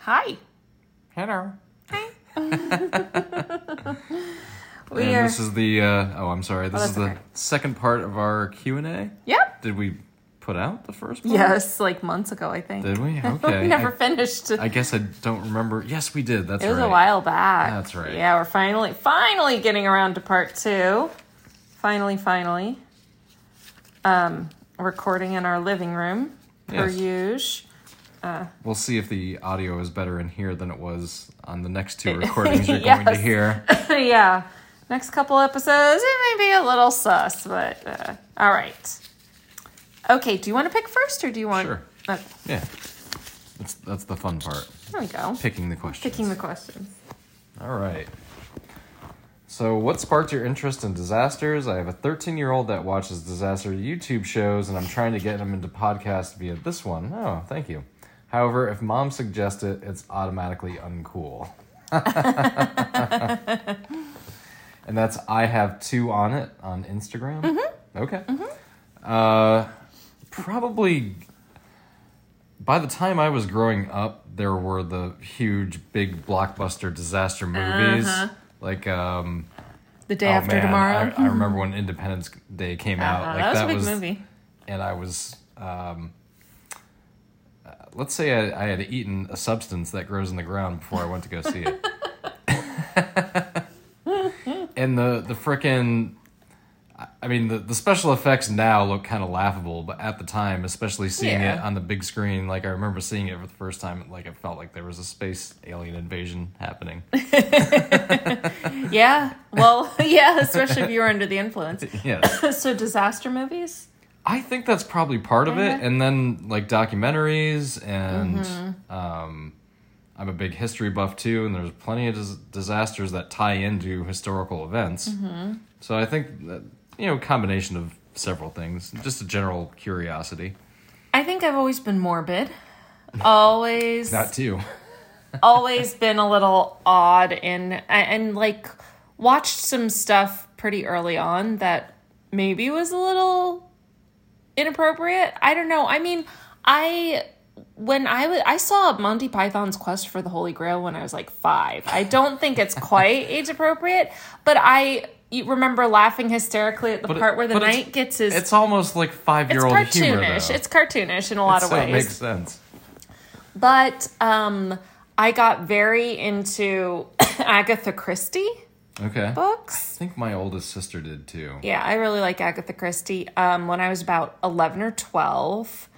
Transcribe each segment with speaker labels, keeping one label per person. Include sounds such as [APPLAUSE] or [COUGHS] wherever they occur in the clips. Speaker 1: Hi.
Speaker 2: Hello.
Speaker 1: We
Speaker 2: and
Speaker 1: are.
Speaker 2: this is the uh, oh, I'm sorry. This
Speaker 1: that's
Speaker 2: is the
Speaker 1: okay.
Speaker 2: second part of our Q and A.
Speaker 1: yep.
Speaker 2: Did we put out the first part?
Speaker 1: Yes, like months ago, I think.
Speaker 2: Did we?
Speaker 1: [LAUGHS]
Speaker 2: Okay.
Speaker 1: we never
Speaker 2: I-
Speaker 1: finished.
Speaker 2: I, guess I don't remember. Yes, we did. That's
Speaker 1: it was
Speaker 2: right.
Speaker 1: a while back.
Speaker 2: That's right.
Speaker 1: Yeah, we're finally, finally getting around to part two. Finally, finally. Um, recording in our living room, per
Speaker 2: Yes.
Speaker 1: usual. [COUGHS]
Speaker 2: We'll see if the audio is better in here than it was on the
Speaker 1: [LAUGHS]
Speaker 2: next two recordings you're going
Speaker 1: Yes.
Speaker 2: to hear.
Speaker 1: yeah. Next couple episodes, it may be a little sus, but uh, all right. Okay, do you want to pick first, or do you want?
Speaker 2: Sure.
Speaker 1: Okay,
Speaker 2: Yeah. That's that's the fun part.
Speaker 1: there we go.
Speaker 2: Picking the questions.
Speaker 1: Picking the questions.
Speaker 2: All right. So, what sparked your interest in disasters? I have a 13 year old that watches disaster YouTube shows, and I'm trying to get him into podcasts via this one. Oh, thank you. However, if mom suggests it, it's automatically uncool. and that's I have two on it on Instagram. Okay. Uh, probably by the time I was growing up, there were the huge, big blockbuster disaster movies. Like, um,
Speaker 1: The day
Speaker 2: oh,
Speaker 1: after
Speaker 2: man,
Speaker 1: tomorrow.
Speaker 2: I, I remember when Independence Day came out.
Speaker 1: Uh-huh,
Speaker 2: Like,
Speaker 1: that was a big movie.
Speaker 2: And I was, um, uh, let's say I, I had eaten a substance that grows in the ground before I went to go see it. [LAUGHS] and the, the frickin'. I mean, the, the special effects now look kind of laughable, but at the time, especially seeing
Speaker 1: Yeah.
Speaker 2: it on the big screen, like I remember seeing it for the first time, like it felt like there was a space alien invasion happening. [LAUGHS]
Speaker 1: Yeah. Well, [LAUGHS] yeah, especially if you were under the influence.
Speaker 2: yes.
Speaker 1: [LAUGHS] so disaster movies?
Speaker 2: I think that's probably part of it.
Speaker 1: Kinda.
Speaker 2: And then, like, documentaries, and
Speaker 1: Mm-hmm.
Speaker 2: um, I'm a big history buff too, and there's plenty of dis- disasters that tie into historical events.
Speaker 1: Mm-hmm.
Speaker 2: So I think, that, you know, combination of several things, just a general curiosity.
Speaker 1: I think I've always been morbid. Always
Speaker 2: That too.
Speaker 1: always been a little odd and and like watched some stuff pretty early on that maybe was a little inappropriate. I don't know. I mean, I when I was I saw Monty Python's Quest for the Holy Grail when I was like 5. I don't think it's quite age appropriate, but I you remember laughing hysterically at the
Speaker 2: it-
Speaker 1: part where the
Speaker 2: but it's-
Speaker 1: knight gets his
Speaker 2: It's almost like five
Speaker 1: it's
Speaker 2: year old humor.
Speaker 1: cartoonish.
Speaker 2: though.
Speaker 1: it's cartoonish in a lot of
Speaker 2: so
Speaker 1: ways.
Speaker 2: It makes sense.
Speaker 1: But um, I got very into [COUGHS] Agatha Christie
Speaker 2: Okay. I
Speaker 1: books.
Speaker 2: think my oldest sister did too.
Speaker 1: Yeah, I really like Agatha Christie um, when I was about 11 or 12.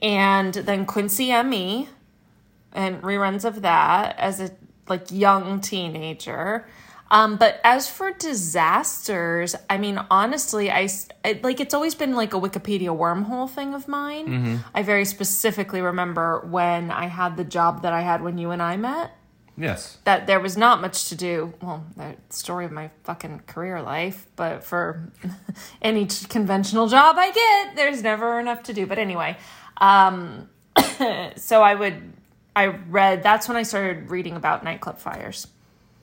Speaker 1: And then Quincy M.E. and reruns of that as a like young teenager. Um, but as for disasters, I mean, honestly, I s- it- like it's always been like a Wikipedia wormhole thing of mine. I very specifically remember when I had the job that I had when you and I met
Speaker 2: Yes.
Speaker 1: that there was not much to do. Well, the story of my fucking career life, but for [LAUGHS] any t- conventional job I get, there's never enough to do. But anyway, um, [COUGHS] so I would, I read, that's when I started reading about nightclub fires.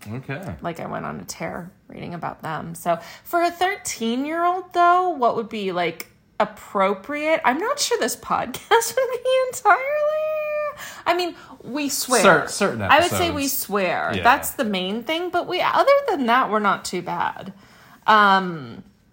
Speaker 2: Okay.
Speaker 1: Like I went on a tear reading about them. So for a 13 year old, though, what would be like appropriate? I'm not sure this podcast [LAUGHS] would be entirely. I mean, we swear.
Speaker 2: Cer- certain
Speaker 1: I would say
Speaker 2: episodes.
Speaker 1: we swear.
Speaker 2: Yeah.
Speaker 1: That's the main thing. But we, other than that, we're not too bad.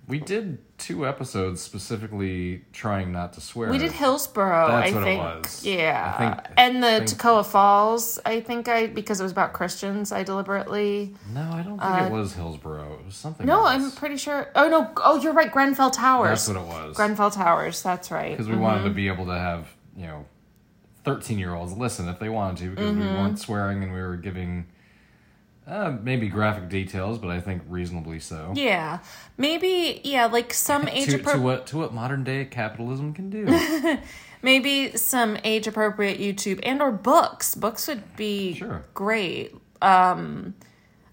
Speaker 2: We did two episodes specifically trying not to swear.
Speaker 1: We did Hillsboro.
Speaker 2: That's
Speaker 1: I
Speaker 2: what it
Speaker 1: think.
Speaker 2: was.
Speaker 1: Yeah.
Speaker 2: I think-
Speaker 1: and the
Speaker 2: think-
Speaker 1: Toccoa Falls. I think I because it was about Christians. I deliberately.
Speaker 2: No, I don't think it was Hillsborough. It was something.
Speaker 1: Uh, No,
Speaker 2: else.
Speaker 1: I'm pretty sure. Oh no. Oh, you're right. Grenfell Towers.
Speaker 2: That's what it was. Because
Speaker 1: Grenfell Towers. That's right.
Speaker 2: we wanted to be able to have you know, thirteen year olds listen if they wanted to because we
Speaker 1: Mm-hmm.
Speaker 2: weren't swearing and we were giving. Uh, maybe graphic details, but I think reasonably so.
Speaker 1: Yeah, maybe yeah, like some age
Speaker 2: [LAUGHS] To, to
Speaker 1: appro-
Speaker 2: what to what modern day capitalism
Speaker 1: [LAUGHS]
Speaker 2: can do.
Speaker 1: maybe some age appropriate YouTube and or books. Books would be
Speaker 2: Sure.
Speaker 1: great. Um,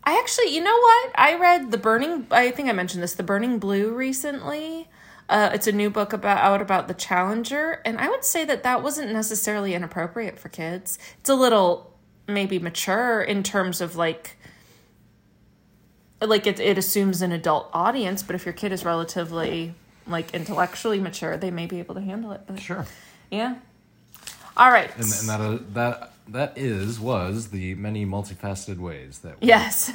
Speaker 1: I actually, you know what? I read The Burning. I think I mentioned this, The Burning Blue, recently. Uh, it's a new book about out about the Challenger, and I would say that that wasn't necessarily inappropriate for kids. It's a little maybe mature in terms of like like it, it assumes an adult audience but if your kid is relatively like intellectually mature they may be able to handle it but
Speaker 2: sure.
Speaker 1: yeah all right
Speaker 2: And, and that uh, that that is was the many multifaceted ways that we
Speaker 1: Yes.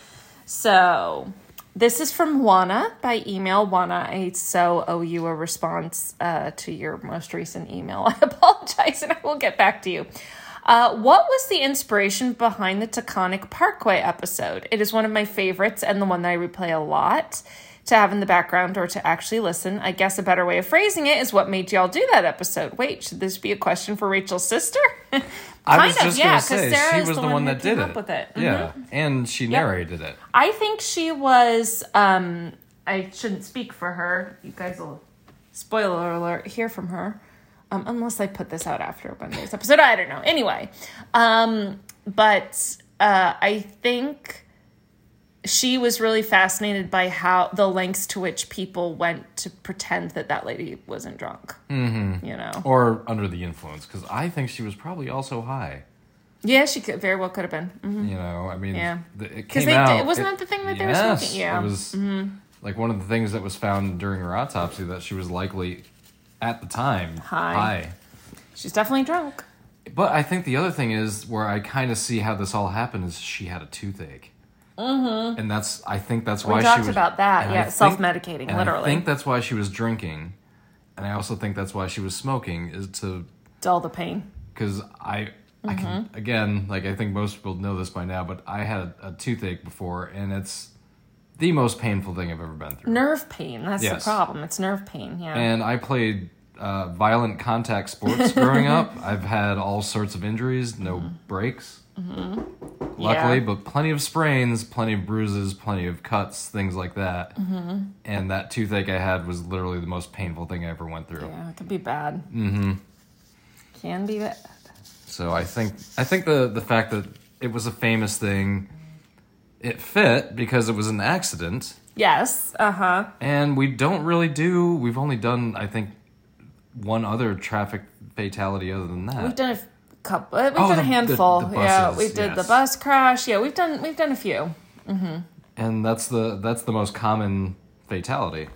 Speaker 1: [LAUGHS] so this is from Juana by email. Juana, I so owe you a response uh, to your most recent email. [LAUGHS] I apologize and I will get back to you. Uh, what was the inspiration behind the Taconic Parkway episode? It is one of my favorites and the one that I replay a lot to have in the background or to actually listen. I guess a better way of phrasing it is what made y'all do that episode? Wait, should this be a question for Rachel's sister? [LAUGHS]
Speaker 2: I was
Speaker 1: Kind of,
Speaker 2: just
Speaker 1: yeah,
Speaker 2: gonna
Speaker 1: 'cause
Speaker 2: say
Speaker 1: Sarah
Speaker 2: she
Speaker 1: is
Speaker 2: was
Speaker 1: the
Speaker 2: the,
Speaker 1: one
Speaker 2: one
Speaker 1: who
Speaker 2: that did
Speaker 1: came up
Speaker 2: it.
Speaker 1: with it. Mm-hmm.
Speaker 2: Yeah, and she narrated it.
Speaker 1: I think she was. Um, I shouldn't speak for her. You guys will, spoiler alert, hear from her. Um, unless I put this out after Monday's episode. I don't know. Anyway, um, but uh, I think she was really fascinated by how the lengths to which people went to pretend that that lady wasn't drunk. Mm-hmm. You know?
Speaker 2: Or under the influence, because I think she was probably also high.
Speaker 1: Yeah, she could, very well could have been. Mhm.
Speaker 2: You know, I mean,
Speaker 1: Yeah.
Speaker 2: the, it
Speaker 1: 'Cause
Speaker 2: came
Speaker 1: they did-
Speaker 2: out.
Speaker 1: wasn't that the thing that they were
Speaker 2: yes,
Speaker 1: smoking? Yeah. Mm-hmm.
Speaker 2: it was like one of the things that was found during her autopsy that she was likely, at the time,
Speaker 1: High.
Speaker 2: high.
Speaker 1: She's definitely drunk.
Speaker 2: But I think the other thing is where I kind of see how this all happened is she had a toothache. Mm-hmm. And that's I think that's why she
Speaker 1: talked
Speaker 2: was
Speaker 1: about that,
Speaker 2: and
Speaker 1: yeah,
Speaker 2: I think-
Speaker 1: self-medicating,
Speaker 2: and
Speaker 1: literally.
Speaker 2: I think that's why she was drinking, and I also think that's why she was smoking is to
Speaker 1: Dull the pain.
Speaker 2: because I I can again like I think most people know this by now, but I had a, toothache before, and it's the most painful thing I've ever been through.
Speaker 1: Nerve pain. That's
Speaker 2: Yes.
Speaker 1: the problem. It's nerve pain. Yeah.
Speaker 2: And I played uh, violent contact sports growing up. I've had all sorts of injuries, no breaks, luckily,
Speaker 1: Yeah.
Speaker 2: but plenty of sprains, plenty of bruises, plenty of cuts, things like that. And that toothache I had was literally the most painful thing I ever went through.
Speaker 1: yeah, it can be bad. Mm-hmm. Can be bad.
Speaker 2: So I think I think the the fact that it was a famous thing, it fit because it was an accident,
Speaker 1: Yes. Uh huh.
Speaker 2: and we don't really do. We've only done I think one other traffic fatality other than that.
Speaker 1: We've done a f- couple. uh, We've done
Speaker 2: Oh, the-
Speaker 1: a
Speaker 2: the-
Speaker 1: handful.
Speaker 2: the
Speaker 1: yeah,
Speaker 2: buses,
Speaker 1: we did the
Speaker 2: yes.
Speaker 1: bus crash. Yeah, we've done we've done a few.
Speaker 2: and that's the that's the most common fatality.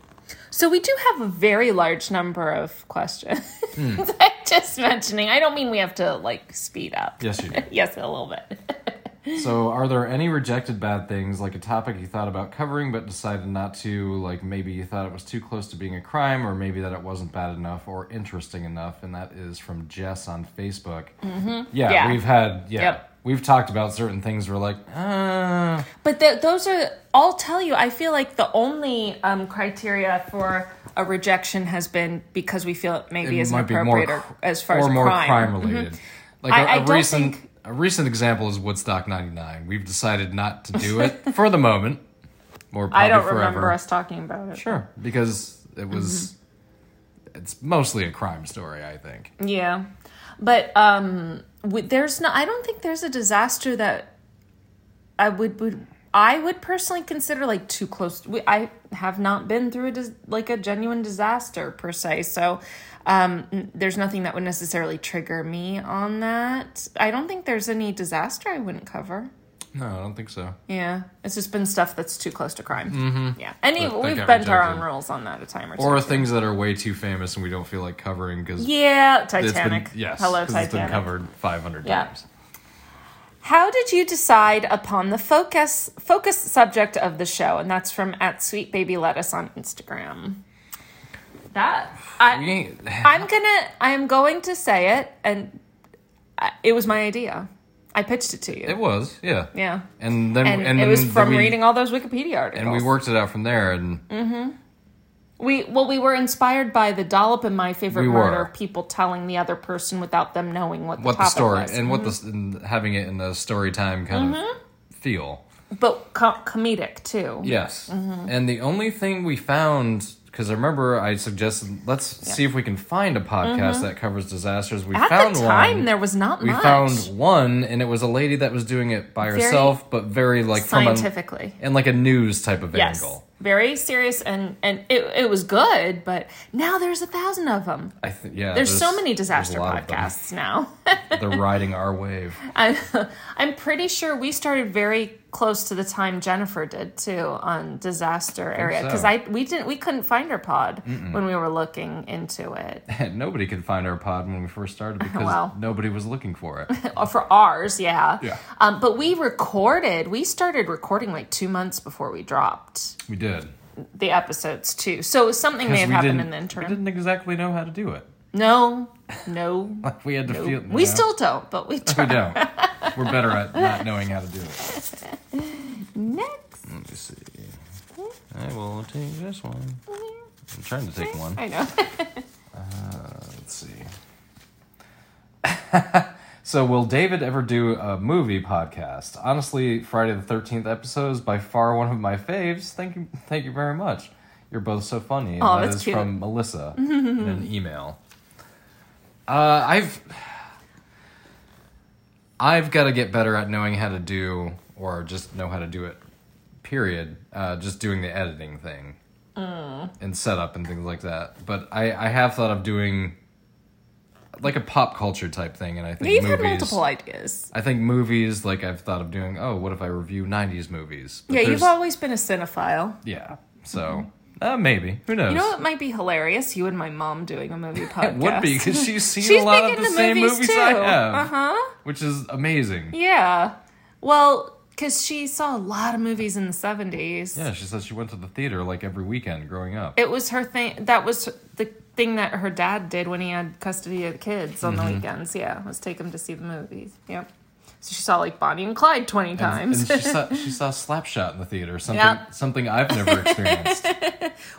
Speaker 1: So we do have a very large number of questions.
Speaker 2: Hmm.
Speaker 1: [LAUGHS] I'm just mentioning. I don't mean we have to like speed up.
Speaker 2: Yes, you do.
Speaker 1: yes, a little bit.
Speaker 2: so, are there any rejected bad things, like a topic you thought about covering but decided not to? Like maybe you thought it was too close to being a crime, or maybe that it wasn't bad enough or interesting enough? And that is from Jess on Facebook. Mm-hmm. Yeah,
Speaker 1: Yeah.
Speaker 2: we've had yeah.
Speaker 1: Yep.
Speaker 2: We've talked about certain things. We're like, uh,
Speaker 1: But th- those are, I'll tell you, I feel like the only um, criteria for a rejection has been because we feel it maybe
Speaker 2: it
Speaker 1: is
Speaker 2: might be more
Speaker 1: inappropriate or,
Speaker 2: cr-
Speaker 1: as far as
Speaker 2: or more
Speaker 1: crime. Mm-hmm.
Speaker 2: related. Like
Speaker 1: I-
Speaker 2: a
Speaker 1: I
Speaker 2: a
Speaker 1: don't
Speaker 2: recent
Speaker 1: think-
Speaker 2: a recent example is Woodstock '99. We've decided not to do it for the moment, or
Speaker 1: [LAUGHS]
Speaker 2: probably
Speaker 1: I don't
Speaker 2: forever.
Speaker 1: remember us talking about it.
Speaker 2: Sure, because it was.
Speaker 1: Mm-hmm.
Speaker 2: It's mostly a crime story, I think.
Speaker 1: Yeah. But um, w- there's no, I don't think there's a disaster that I would, would I would personally consider like too close. We, I have not been through a dis- like a genuine disaster per se, so um, n- there's nothing that would necessarily trigger me on that. I don't think there's any disaster I wouldn't cover.
Speaker 2: No, I don't think so.
Speaker 1: Yeah, it's just been stuff that's too close to crime. Mm-hmm. Yeah, and
Speaker 2: That- that
Speaker 1: we've
Speaker 2: got
Speaker 1: bent our own
Speaker 2: rejected.
Speaker 1: rules on that a time or two.
Speaker 2: Or things that are way too famous and we don't feel like covering because
Speaker 1: yeah,
Speaker 2: it's
Speaker 1: Titanic.
Speaker 2: been yes,
Speaker 1: hello
Speaker 2: 'cause
Speaker 1: Titanic.
Speaker 2: it's been covered five hundred
Speaker 1: Yeah.
Speaker 2: times.
Speaker 1: How did you decide upon the focus focus subject of the show? And that's from at Sweet Baby Lettuce on Instagram. That
Speaker 2: We
Speaker 1: I [LAUGHS]
Speaker 2: ain't,
Speaker 1: I'm gonna I'm going to say it, and I, it was my idea. I pitched it to you.
Speaker 2: it was yeah,
Speaker 1: yeah,
Speaker 2: and then
Speaker 1: and,
Speaker 2: and
Speaker 1: it was
Speaker 2: then
Speaker 1: from
Speaker 2: we-
Speaker 1: reading all those Wikipedia articles. Mm-hmm.
Speaker 2: and we worked it out from there and.
Speaker 1: We well, we were inspired by the dollop and my favorite
Speaker 2: We
Speaker 1: murder.
Speaker 2: were.
Speaker 1: People telling the other person without them knowing what the
Speaker 2: what the
Speaker 1: topic
Speaker 2: story
Speaker 1: was.
Speaker 2: and what the and having it in the story time kind
Speaker 1: Mm-hmm.
Speaker 2: of feel.
Speaker 1: but co- comedic too.
Speaker 2: Yes,
Speaker 1: Mm-hmm.
Speaker 2: and the only thing we found because I remember I suggested let's see if we can find a podcast that covers disasters. We
Speaker 1: Mm-hmm. At
Speaker 2: found
Speaker 1: the time,
Speaker 2: one.
Speaker 1: there was not
Speaker 2: we
Speaker 1: much
Speaker 2: found one, and it was a lady that was doing it by
Speaker 1: Very
Speaker 2: herself, but very like from
Speaker 1: scientifically.
Speaker 2: a, and like a news type of
Speaker 1: Yes.
Speaker 2: angle.
Speaker 1: Very serious, and and it, it was good, but now there's a thousand of them.
Speaker 2: I think yeah.
Speaker 1: There's, so many
Speaker 2: there's a
Speaker 1: disaster
Speaker 2: lot of them.
Speaker 1: podcasts now. [LAUGHS]
Speaker 2: They're riding our wave. [LAUGHS]
Speaker 1: I'm, I'm pretty sure we started very close to the time Jennifer did too on disaster area
Speaker 2: so.
Speaker 1: because I we didn't we couldn't find her pod when we were looking into it [LAUGHS]
Speaker 2: And nobody could find our pod when we first started because
Speaker 1: Wow.
Speaker 2: nobody was looking for
Speaker 1: [LAUGHS]
Speaker 2: it.
Speaker 1: Oh, for ours yeah
Speaker 2: Yeah.
Speaker 1: um, but we recorded we started recording like two months before we dropped
Speaker 2: We did.
Speaker 1: the episodes too so something may have
Speaker 2: we
Speaker 1: happened
Speaker 2: didn't-
Speaker 1: in the
Speaker 2: We
Speaker 1: interim
Speaker 2: didn't exactly know how to do it. [LAUGHS]
Speaker 1: no no
Speaker 2: Like we had to feel.
Speaker 1: we
Speaker 2: you know,
Speaker 1: still don't but we
Speaker 2: We [LAUGHS]
Speaker 1: tried
Speaker 2: don't. We're better at not knowing how to do it.
Speaker 1: next
Speaker 2: Let me see. I will take this one. I'm trying to take one.
Speaker 1: I know
Speaker 2: Let's see. [LAUGHS] so, will David ever do a movie podcast? Honestly, Friday the Thirteenth episode is by far one of my faves. Thank you, thank you very much. You're both so funny. And
Speaker 1: Aw,
Speaker 2: that
Speaker 1: that's
Speaker 2: is
Speaker 1: cute.
Speaker 2: from Melissa in
Speaker 1: [LAUGHS]
Speaker 2: an email. Uh, I've I've got to get better at knowing how to do, or just know how to do it. Period. Uh, just doing the editing thing
Speaker 1: Mm.
Speaker 2: and setup and things like that. But I, I have thought of doing like a pop culture type thing, and I think
Speaker 1: [LAUGHS] you've
Speaker 2: movies.
Speaker 1: had multiple ideas
Speaker 2: I think movies, like I've thought of doing. Oh, what if I review '90s movies? But
Speaker 1: yeah you've
Speaker 2: there's-
Speaker 1: always been a cinephile
Speaker 2: yeah. So uh, maybe who knows?
Speaker 1: You know what might be hilarious? You and my mom doing a movie podcast.
Speaker 2: [LAUGHS] it would be because
Speaker 1: [LAUGHS]
Speaker 2: she's seen
Speaker 1: She's
Speaker 2: a lot
Speaker 1: big
Speaker 2: of the
Speaker 1: into
Speaker 2: same
Speaker 1: movies,
Speaker 2: movies, I
Speaker 1: too.
Speaker 2: have,
Speaker 1: Uh-huh.
Speaker 2: which is amazing.
Speaker 1: Yeah. Well, because she saw a lot of movies in the 70s.
Speaker 2: Yeah, she said she went to the theater like every weekend growing up.
Speaker 1: It was her thing. That was the thing that her dad did when he had custody of the kids on
Speaker 2: Mm-hmm.
Speaker 1: the weekends. Yeah. Was take them to see the movies. Yep. So she saw like Bonnie and Clyde 20 [LAUGHS]
Speaker 2: And,
Speaker 1: times.
Speaker 2: and she saw she saw Slapshot in the theater, something
Speaker 1: Yeah.
Speaker 2: something
Speaker 1: [LAUGHS]
Speaker 2: I've never experienced.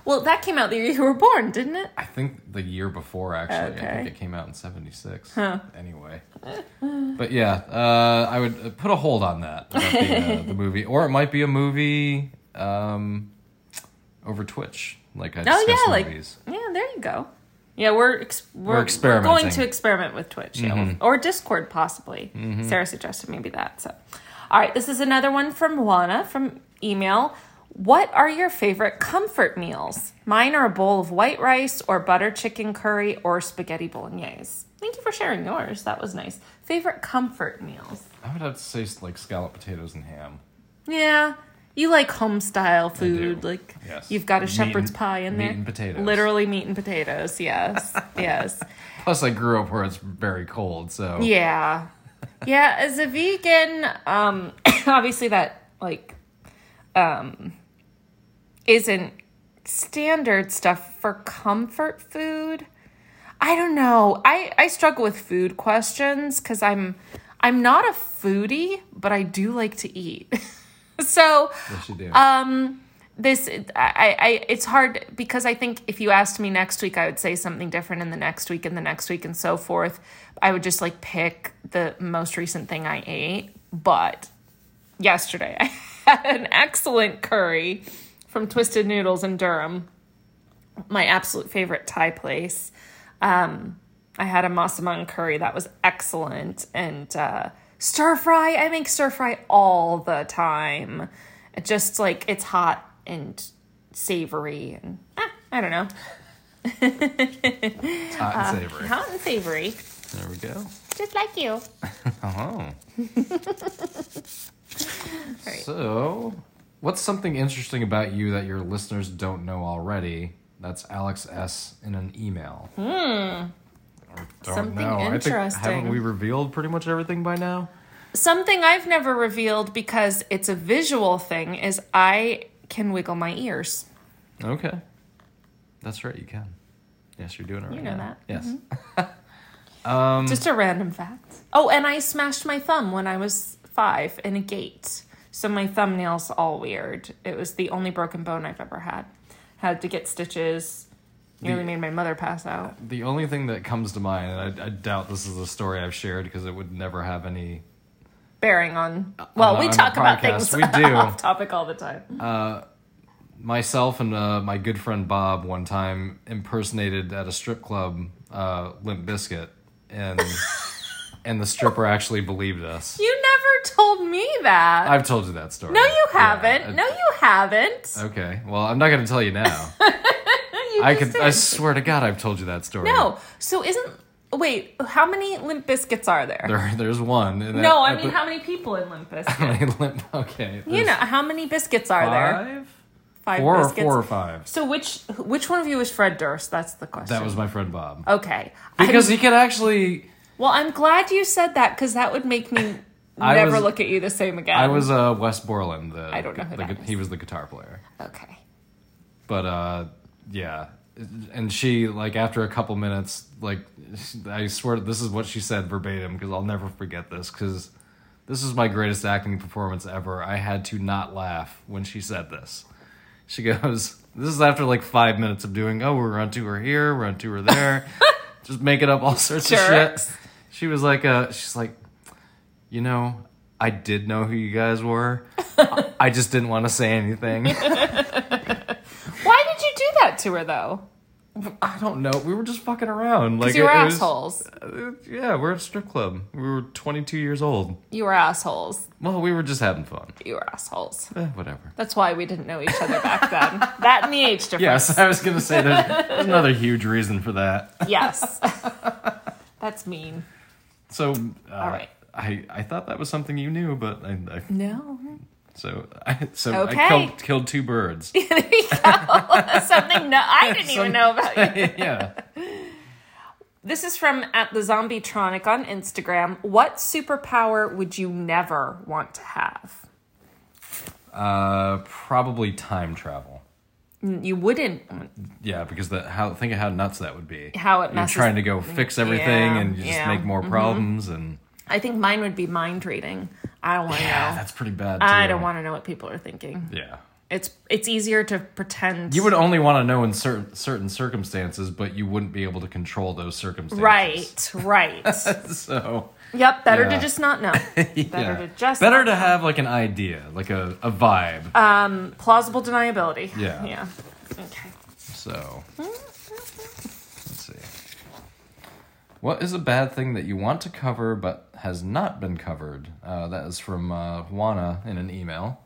Speaker 1: well, that came out the year you were born, didn't it?
Speaker 2: I think the year before, actually. I
Speaker 1: Okay.
Speaker 2: think it came out in 76. Anyway. But yeah, uh, I would uh, put a hold on that, about
Speaker 1: [LAUGHS]
Speaker 2: the, uh, the movie. Or it might be a movie um, over Twitch, like I
Speaker 1: Oh,
Speaker 2: discuss
Speaker 1: yeah. Like,
Speaker 2: movies.
Speaker 1: yeah, there you go. Yeah, we're, ex- we're, we're going
Speaker 2: experimenting.
Speaker 1: to experiment with Twitch yeah, or Discord possibly. Sarah suggested maybe that. So, all right, this is another one from Juana from email. What are your favorite comfort meals? Mine are a bowl of white rice or butter chicken curry or spaghetti bolognese. Thank you for sharing yours. That was nice. Favorite comfort meals?
Speaker 2: I would have to say, like, scallop potatoes and ham.
Speaker 1: Yeah. You like home style food,
Speaker 2: do.
Speaker 1: like
Speaker 2: Yes.
Speaker 1: you've got a
Speaker 2: Meat
Speaker 1: shepherd's
Speaker 2: and-
Speaker 1: pie in
Speaker 2: meat
Speaker 1: there.
Speaker 2: and potatoes.
Speaker 1: Literally meat and potatoes,
Speaker 2: [LAUGHS]
Speaker 1: yes. yes.
Speaker 2: Plus, I grew up where it's very cold, so.
Speaker 1: Yeah. Yeah, as a vegan, um [COUGHS] obviously that like um isn't standard stuff for comfort food. I don't know. I I struggle with food questions cuz I'm I'm not a foodie, but I do like to eat. [LAUGHS] so,
Speaker 2: Yes, you do.
Speaker 1: Uh, Um, this I, I it's hard because i think if you asked me next week i would say something different in the next week and the next week and so forth i would just like pick the most recent thing i ate but yesterday [LAUGHS] i had an excellent curry from twisted noodles in durham my absolute favorite thai place I had a masaman curry that was excellent and uh, stir fry. I make stir fry all the time. It Just like it's hot and savory and ah, I don't know,
Speaker 2: It's hot
Speaker 1: uh,
Speaker 2: and savory.
Speaker 1: hot and savory,
Speaker 2: There we go.
Speaker 1: just like you.
Speaker 2: Oh. So, what's something interesting about you that your listeners don't know already? That's Alex S. in an email. Hmm. Don't
Speaker 1: Something
Speaker 2: know. I think,
Speaker 1: interesting.
Speaker 2: haven't we revealed pretty much everything by now?
Speaker 1: Something I've never revealed because it's a visual thing is I can wiggle my ears.
Speaker 2: Okay. That's right, you can. Yes, you're doing it right.
Speaker 1: know
Speaker 2: now.
Speaker 1: that. Mm-hmm.
Speaker 2: Yes.
Speaker 1: Just a random fact. Oh, and I smashed my thumb when I was five in a gate. So my thumbnail's all weird. It was the only broken bone I've ever had. Had to get stitches. Nearly made my mother pass out.
Speaker 2: The only thing that comes to mind, and I, I doubt this is a story I've shared because it would never have any
Speaker 1: Bearing on. Well,
Speaker 2: on
Speaker 1: we
Speaker 2: the
Speaker 1: talk about
Speaker 2: podcast,
Speaker 1: things
Speaker 2: we
Speaker 1: [LAUGHS]
Speaker 2: do.
Speaker 1: off topic all the time.
Speaker 2: myself and uh, my good friend Bob one time impersonated at a strip club uh, Limp Biscuit,
Speaker 1: [LAUGHS]
Speaker 2: and and the stripper actually believed us.
Speaker 1: you never told me that.
Speaker 2: I've told you that story.
Speaker 1: no, you
Speaker 2: Yeah,
Speaker 1: haven't.
Speaker 2: I-
Speaker 1: no, you haven't.
Speaker 2: Okay. Well, I'm not going to
Speaker 1: [LAUGHS]
Speaker 2: tell you now.
Speaker 1: You
Speaker 2: I
Speaker 1: just
Speaker 2: could.
Speaker 1: did.
Speaker 2: I swear to God, I've told you that story.
Speaker 1: No. So isn't Wait, how many Limp Biscuits are there?
Speaker 2: There, there's one. and
Speaker 1: no,
Speaker 2: [LAUGHS] that-
Speaker 1: I mean,
Speaker 2: at
Speaker 1: how many people in Limp Bizkit?
Speaker 2: [LAUGHS] the- how many limp? Okay,
Speaker 1: You
Speaker 2: there's
Speaker 1: know, how many biscuits are there?
Speaker 2: five,
Speaker 1: Five
Speaker 2: four, or
Speaker 1: biscuits.
Speaker 2: four or five.
Speaker 1: So which which one of you is Fred Durst? That's the question.
Speaker 2: That was my friend Bob
Speaker 1: okay.
Speaker 2: because
Speaker 1: I'm,
Speaker 2: he could actually.
Speaker 1: well, I'm glad you said that because that would make me
Speaker 2: [LAUGHS] I
Speaker 1: never
Speaker 2: was-
Speaker 1: look at you the same again.
Speaker 2: I was uh, Wes Borland. The,
Speaker 1: I don't know who
Speaker 2: the,
Speaker 1: that
Speaker 2: gu- He was the guitar player.
Speaker 1: okay.
Speaker 2: but uh yeah and she like after a couple minutes like i swear this is what she said verbatim because i'll never forget this because this is my greatest acting performance ever i had to not laugh when she said this she goes this is after like five minutes of doing oh we're on tour here we're on tour there just making up all sorts
Speaker 1: Jerks.
Speaker 2: of shit she was like uh she's like you know i did know who you guys were I- i just didn't want to say anything
Speaker 1: Why did you do that to her though?
Speaker 2: I don't know. We were just fucking around. Like
Speaker 1: Because you were
Speaker 2: it was-
Speaker 1: assholes.
Speaker 2: uh, yeah, we're at a strip club. We were 22 years old.
Speaker 1: You were assholes.
Speaker 2: Well, we were just having fun.
Speaker 1: You were assholes.
Speaker 2: Eh, whatever.
Speaker 1: That's why we didn't know each other back then. [LAUGHS] that and the age difference.
Speaker 2: Yes, [LAUGHS] I was gonna say there's, there's another huge reason for that. [LAUGHS]
Speaker 1: Yes. That's mean.
Speaker 2: So, uh, all
Speaker 1: right.
Speaker 2: I I thought that was something you knew, but I, I
Speaker 1: No.
Speaker 2: so I so
Speaker 1: Okay.
Speaker 2: I killed killed two birds.
Speaker 1: [LAUGHS] Something no, I didn't even
Speaker 2: Some-
Speaker 1: know about you.
Speaker 2: yeah.
Speaker 1: This is from at the Zombietronic on Instagram. What superpower would you never want to have?
Speaker 2: Uh, probably time travel.
Speaker 1: N- You wouldn't. want-
Speaker 2: Yeah, because that how think of how nuts that would be.
Speaker 1: How it
Speaker 2: you're
Speaker 1: messes-
Speaker 2: trying to go fix everything
Speaker 1: Yeah,
Speaker 2: and you just
Speaker 1: yeah, Mm-hmm.
Speaker 2: make more problems and
Speaker 1: I think mine would be mind reading. I don't want to
Speaker 2: yeah,
Speaker 1: know.
Speaker 2: that's pretty bad.
Speaker 1: I
Speaker 2: too.
Speaker 1: don't want to know what people are thinking.
Speaker 2: Yeah.
Speaker 1: It's it's easier to pretend.
Speaker 2: You would only want to know in certain certain circumstances, but you wouldn't be able to control those
Speaker 1: [LAUGHS]
Speaker 2: circumstances.
Speaker 1: right, right.
Speaker 2: [LAUGHS] So
Speaker 1: yep. Better to
Speaker 2: Yeah.
Speaker 1: just not know.
Speaker 2: [LAUGHS]
Speaker 1: Better
Speaker 2: yeah.
Speaker 1: to just Uh.
Speaker 2: better to have like an idea, like a, a vibe.
Speaker 1: plausible deniability.
Speaker 2: Yeah.
Speaker 1: Yeah. Okay.
Speaker 2: so let's see. What is a bad thing that you want to cover but has not been covered? Uh, that is from uh, Juana in an email.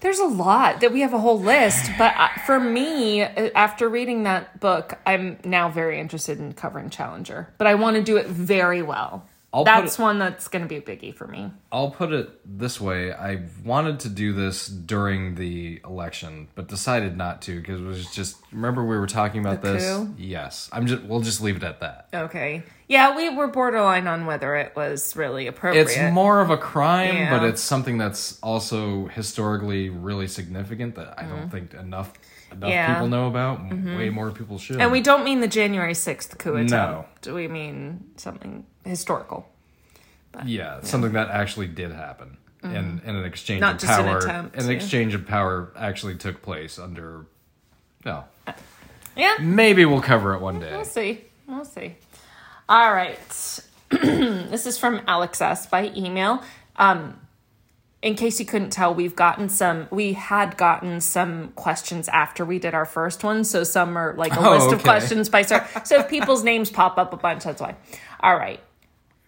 Speaker 1: There's a lot that we have a whole list, but I- for me, uh, after reading that book, I'm now very interested in covering Challenger, but I want to do it very well.
Speaker 2: I'll put
Speaker 1: that's
Speaker 2: it-
Speaker 1: one that's going to be a biggie for me.
Speaker 2: I'll put it this way. I wanted to do this during the election, but decided not to because it was just. Remember, we were talking about
Speaker 1: The
Speaker 2: this.
Speaker 1: coup?
Speaker 2: Yes, I'm just. We'll just leave it at that.
Speaker 1: Okay. Yeah, we were borderline on whether it was really appropriate.
Speaker 2: It's more of a crime,
Speaker 1: Yeah.
Speaker 2: but it's something that's also historically really significant that I don't think enough
Speaker 1: Mm-hmm.
Speaker 2: enough
Speaker 1: Yeah. Mm-hmm.
Speaker 2: people know about. Way more people should.
Speaker 1: and we don't mean the January 6th coup attempt.
Speaker 2: No.
Speaker 1: We mean something historical.
Speaker 2: yeah, something that actually did happen. And, and an exchange
Speaker 1: Mm-hmm. Not
Speaker 2: of
Speaker 1: just an
Speaker 2: power.
Speaker 1: attempt,
Speaker 2: an
Speaker 1: yeah.
Speaker 2: exchange of power actually took place under. No.
Speaker 1: Yeah.
Speaker 2: Maybe we'll cover it one day.
Speaker 1: We'll see. We'll see. All right. [CLEARS THROAT] this is from Alex S by email. Um, in case you couldn't tell, we've gotten some. We had gotten some questions after we did our first one, so some are like a
Speaker 2: Oh,
Speaker 1: list of
Speaker 2: okay.
Speaker 1: questions by sir. So if people's names pop up a bunch, that's why. All right.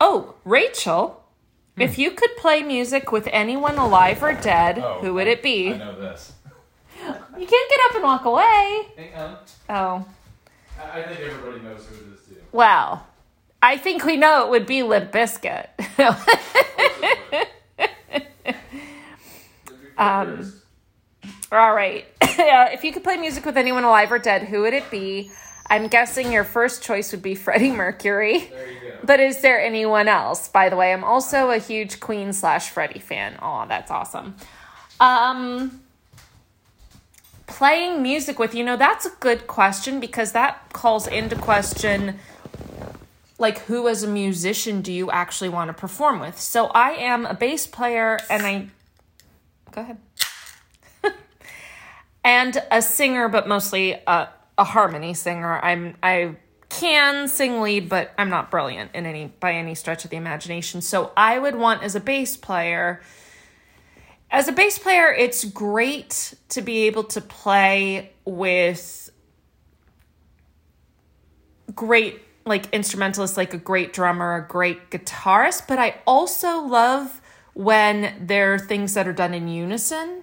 Speaker 1: Oh, Rachel, if
Speaker 2: Hmm.
Speaker 1: you could play music with anyone alive or dead, who would it be?
Speaker 2: Oh, I know this.
Speaker 1: You can't get up and walk away.
Speaker 2: Hang on.
Speaker 1: Oh.
Speaker 2: I I think everybody knows who it is too.
Speaker 1: Well, I think we know it would be Limp [LAUGHS] Biscuit. [LAUGHS]
Speaker 2: Um,
Speaker 1: All right. Uh, if you could play music with anyone alive or dead, who would it be? I'm guessing your first choice would be Freddie Mercury.
Speaker 2: there you go.
Speaker 1: But is there anyone else? By the way, I'm also a huge Queen slash Freddie fan. Oh, that's awesome. Um, playing music with you know that's a good question because that calls into question like who as a musician do you actually want to perform with. So I am a bass player, and I go ahead and a singer, but mostly a, a harmony singer. I'm I can sing lead, but I'm not brilliant in any by any stretch of the imagination. So I would want as a bass player. As a bass player, it's great to be able to play with great like instrumentalists like a great drummer, a great guitarist, but I also love when there are things that are done in unison.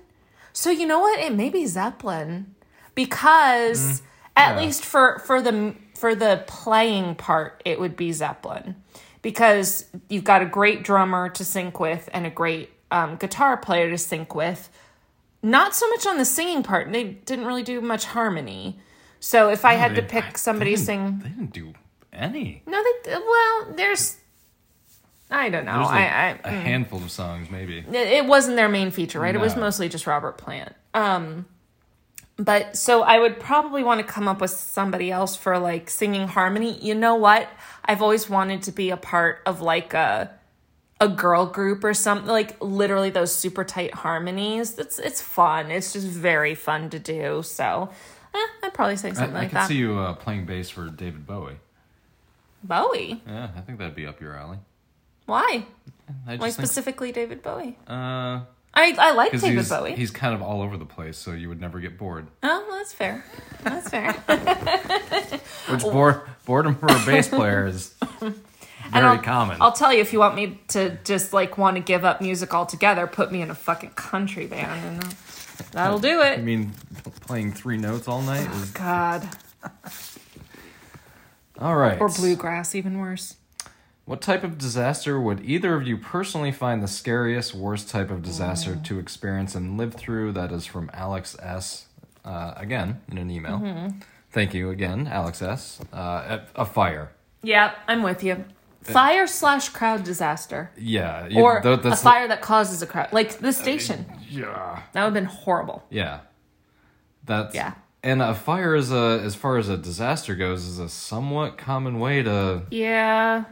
Speaker 1: So you know what? It may be Zeppelin because At
Speaker 2: Mm-hmm. Yeah.
Speaker 1: least for for the for the playing part, it would be Zeppelin because you've got a great drummer to sync with and a great um, guitar player to sync with. Not so much on the singing part; they didn't really do much harmony. So if I had to
Speaker 2: They- I-
Speaker 1: pick somebody
Speaker 2: they
Speaker 1: to sing,
Speaker 2: didn't- They didn't do any.
Speaker 1: no, they well, there's I don't know.
Speaker 2: There's like
Speaker 1: I, I mm.
Speaker 2: a handful of songs, maybe.
Speaker 1: it it wasn't their main feature, right? It was
Speaker 2: No.
Speaker 1: mostly just Robert Plant. Um, but so I would probably want to come up with somebody else for like singing harmony. You know what? I've always wanted to be a part of like a a girl group or something like literally those super tight harmonies. It's it's fun. It's just very fun to do. So eh, I'd probably say
Speaker 2: I,
Speaker 1: something
Speaker 2: I
Speaker 1: like
Speaker 2: could
Speaker 1: that.
Speaker 2: see you uh, playing bass for David Bowie.
Speaker 1: Bowie.
Speaker 2: Yeah, I think that'd be up your alley.
Speaker 1: Why? Why
Speaker 2: I just think,
Speaker 1: specifically David Bowie?
Speaker 2: uh,
Speaker 1: I I like
Speaker 2: because
Speaker 1: David
Speaker 2: he's,
Speaker 1: Bowie.
Speaker 2: he's kind of all over the place, so you would never get bored.
Speaker 1: Oh, well, that's fair. That's fair. [LAUGHS]
Speaker 2: Which bore, boredom for a bass player is
Speaker 1: Oh. [LAUGHS] And
Speaker 2: very
Speaker 1: I'll,
Speaker 2: common.
Speaker 1: I'll tell you if you want me to just like want to give up music altogether, put me in a fucking country band and that'll- that'll do
Speaker 2: I
Speaker 1: it.
Speaker 2: mean, playing three notes all night is
Speaker 1: God.
Speaker 2: all right.
Speaker 1: Or bluegrass, even worse.
Speaker 2: What type of disaster would either of you personally find the scariest, worst type of disaster
Speaker 1: Mm.
Speaker 2: to experience and live through? That is from Alex S. Uh, again, in an email.
Speaker 1: Mm-hmm.
Speaker 2: Thank you again, Alex S. Uh, a, a fire.
Speaker 1: Yeah, I'm with you. Fire slash crowd disaster.
Speaker 2: Yeah. you-
Speaker 1: Or
Speaker 2: tho-
Speaker 1: a
Speaker 2: that's-
Speaker 1: fire that causes a crowd. Like the station.
Speaker 2: Yeah.
Speaker 1: That would have been horrible.
Speaker 2: Yeah. That's.
Speaker 1: Yeah.
Speaker 2: And a fire is a, as far as a disaster goes, is a somewhat common way to.
Speaker 1: Yeah.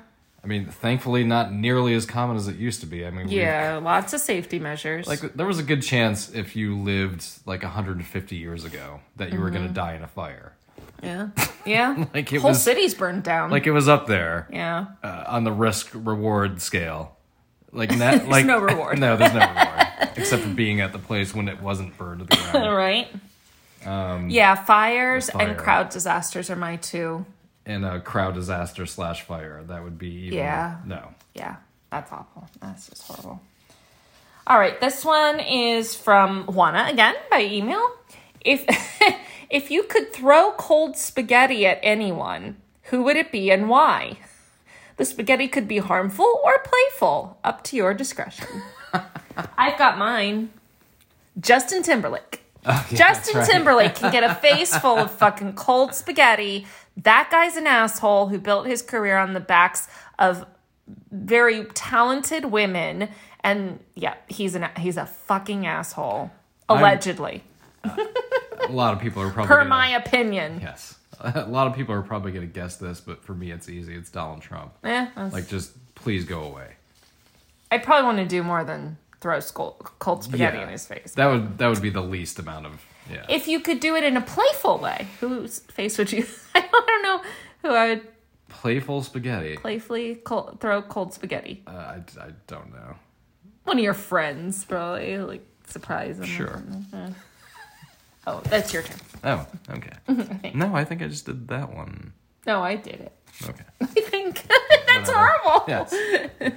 Speaker 2: I mean, thankfully, not nearly as common as it used to be. I mean, we've
Speaker 1: Yeah. Lots of safety measures.
Speaker 2: Like there was a good chance if you lived like 150 years ago that you were going to
Speaker 1: Mm-hmm.
Speaker 2: die in a fire.
Speaker 1: yeah. Yeah.
Speaker 2: Like [LAUGHS] it
Speaker 1: Whole
Speaker 2: was
Speaker 1: cities burned down.
Speaker 2: like it was up there
Speaker 1: yeah.
Speaker 2: uh, on the risk reward scale.
Speaker 1: [LAUGHS]
Speaker 2: Like that like [LAUGHS]
Speaker 1: no reward.
Speaker 2: no, there's no reward
Speaker 1: [LAUGHS]
Speaker 2: except for being at the place when it wasn't burned to the
Speaker 1: All
Speaker 2: ground.
Speaker 1: [LAUGHS] right. yeah, fires
Speaker 2: fire.
Speaker 1: and crowd disasters are my two.
Speaker 2: and a crowd disaster slash fire that would be even
Speaker 1: Yeah.
Speaker 2: no.
Speaker 1: Yeah, that's awful. That's just horrible. All right, this one is from Juana again by email. If [LAUGHS] if you could throw cold spaghetti at anyone, who would it be and why? The spaghetti could be harmful or playful, up to your
Speaker 2: [LAUGHS]
Speaker 1: discretion. I've got mine. Justin Timberlake. Justin
Speaker 2: Oh, [LAUGHS] that's right.
Speaker 1: Timberlake can get a face full of fucking cold spaghetti. That guy's an asshole who built his career on the backs of very talented women and yeah, he's an he's a fucking asshole allegedly.
Speaker 2: A lot of people are probably
Speaker 1: per
Speaker 2: gonna-
Speaker 1: my opinion.
Speaker 2: yes. [LAUGHS] A lot of people are probably going to guess this, but for me it's easy. It's Donald Trump.
Speaker 1: Eh, that's-
Speaker 2: Like just please go away.
Speaker 1: I probably want to do more than throw scol- cold spaghetti in his face.
Speaker 2: That would that would be the least amount of yeah.
Speaker 1: if you could do it in a playful way, whose face would you [LAUGHS] I don't know who I would
Speaker 2: Playful spaghetti.
Speaker 1: playfully cold, throw cold spaghetti.
Speaker 2: Uh, I, I don't know.
Speaker 1: One of your friends, probably, like surprise them.
Speaker 2: Sure.
Speaker 1: Oh, that's your turn.
Speaker 2: Oh, [LAUGHS] okay. no, I think I just did that one.
Speaker 1: No, I did it. [LAUGHS]
Speaker 2: Okay.
Speaker 1: I think [LAUGHS] that's horrible.
Speaker 2: Yes. if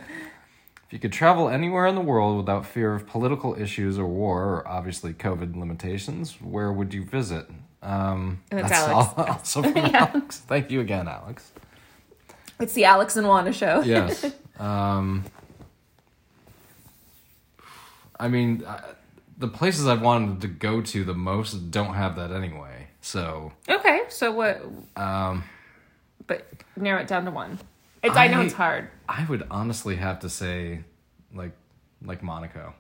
Speaker 2: you could travel anywhere in the world without fear of political issues or war or obviously COVID limitations, where would you visit? Um,
Speaker 1: That's Alex.
Speaker 2: all- [LAUGHS] also from Alex. Thank you again, Alex.
Speaker 1: It's the Alex and Juana show.
Speaker 2: Yes. um, I mean, I, the places I've wanted to go to the most don't have that anyway. So
Speaker 1: Okay, so what?
Speaker 2: um,
Speaker 1: But narrow it down to one. It's, I, know
Speaker 2: I-
Speaker 1: it's hard.
Speaker 2: I would honestly have to say, like, like Monaco.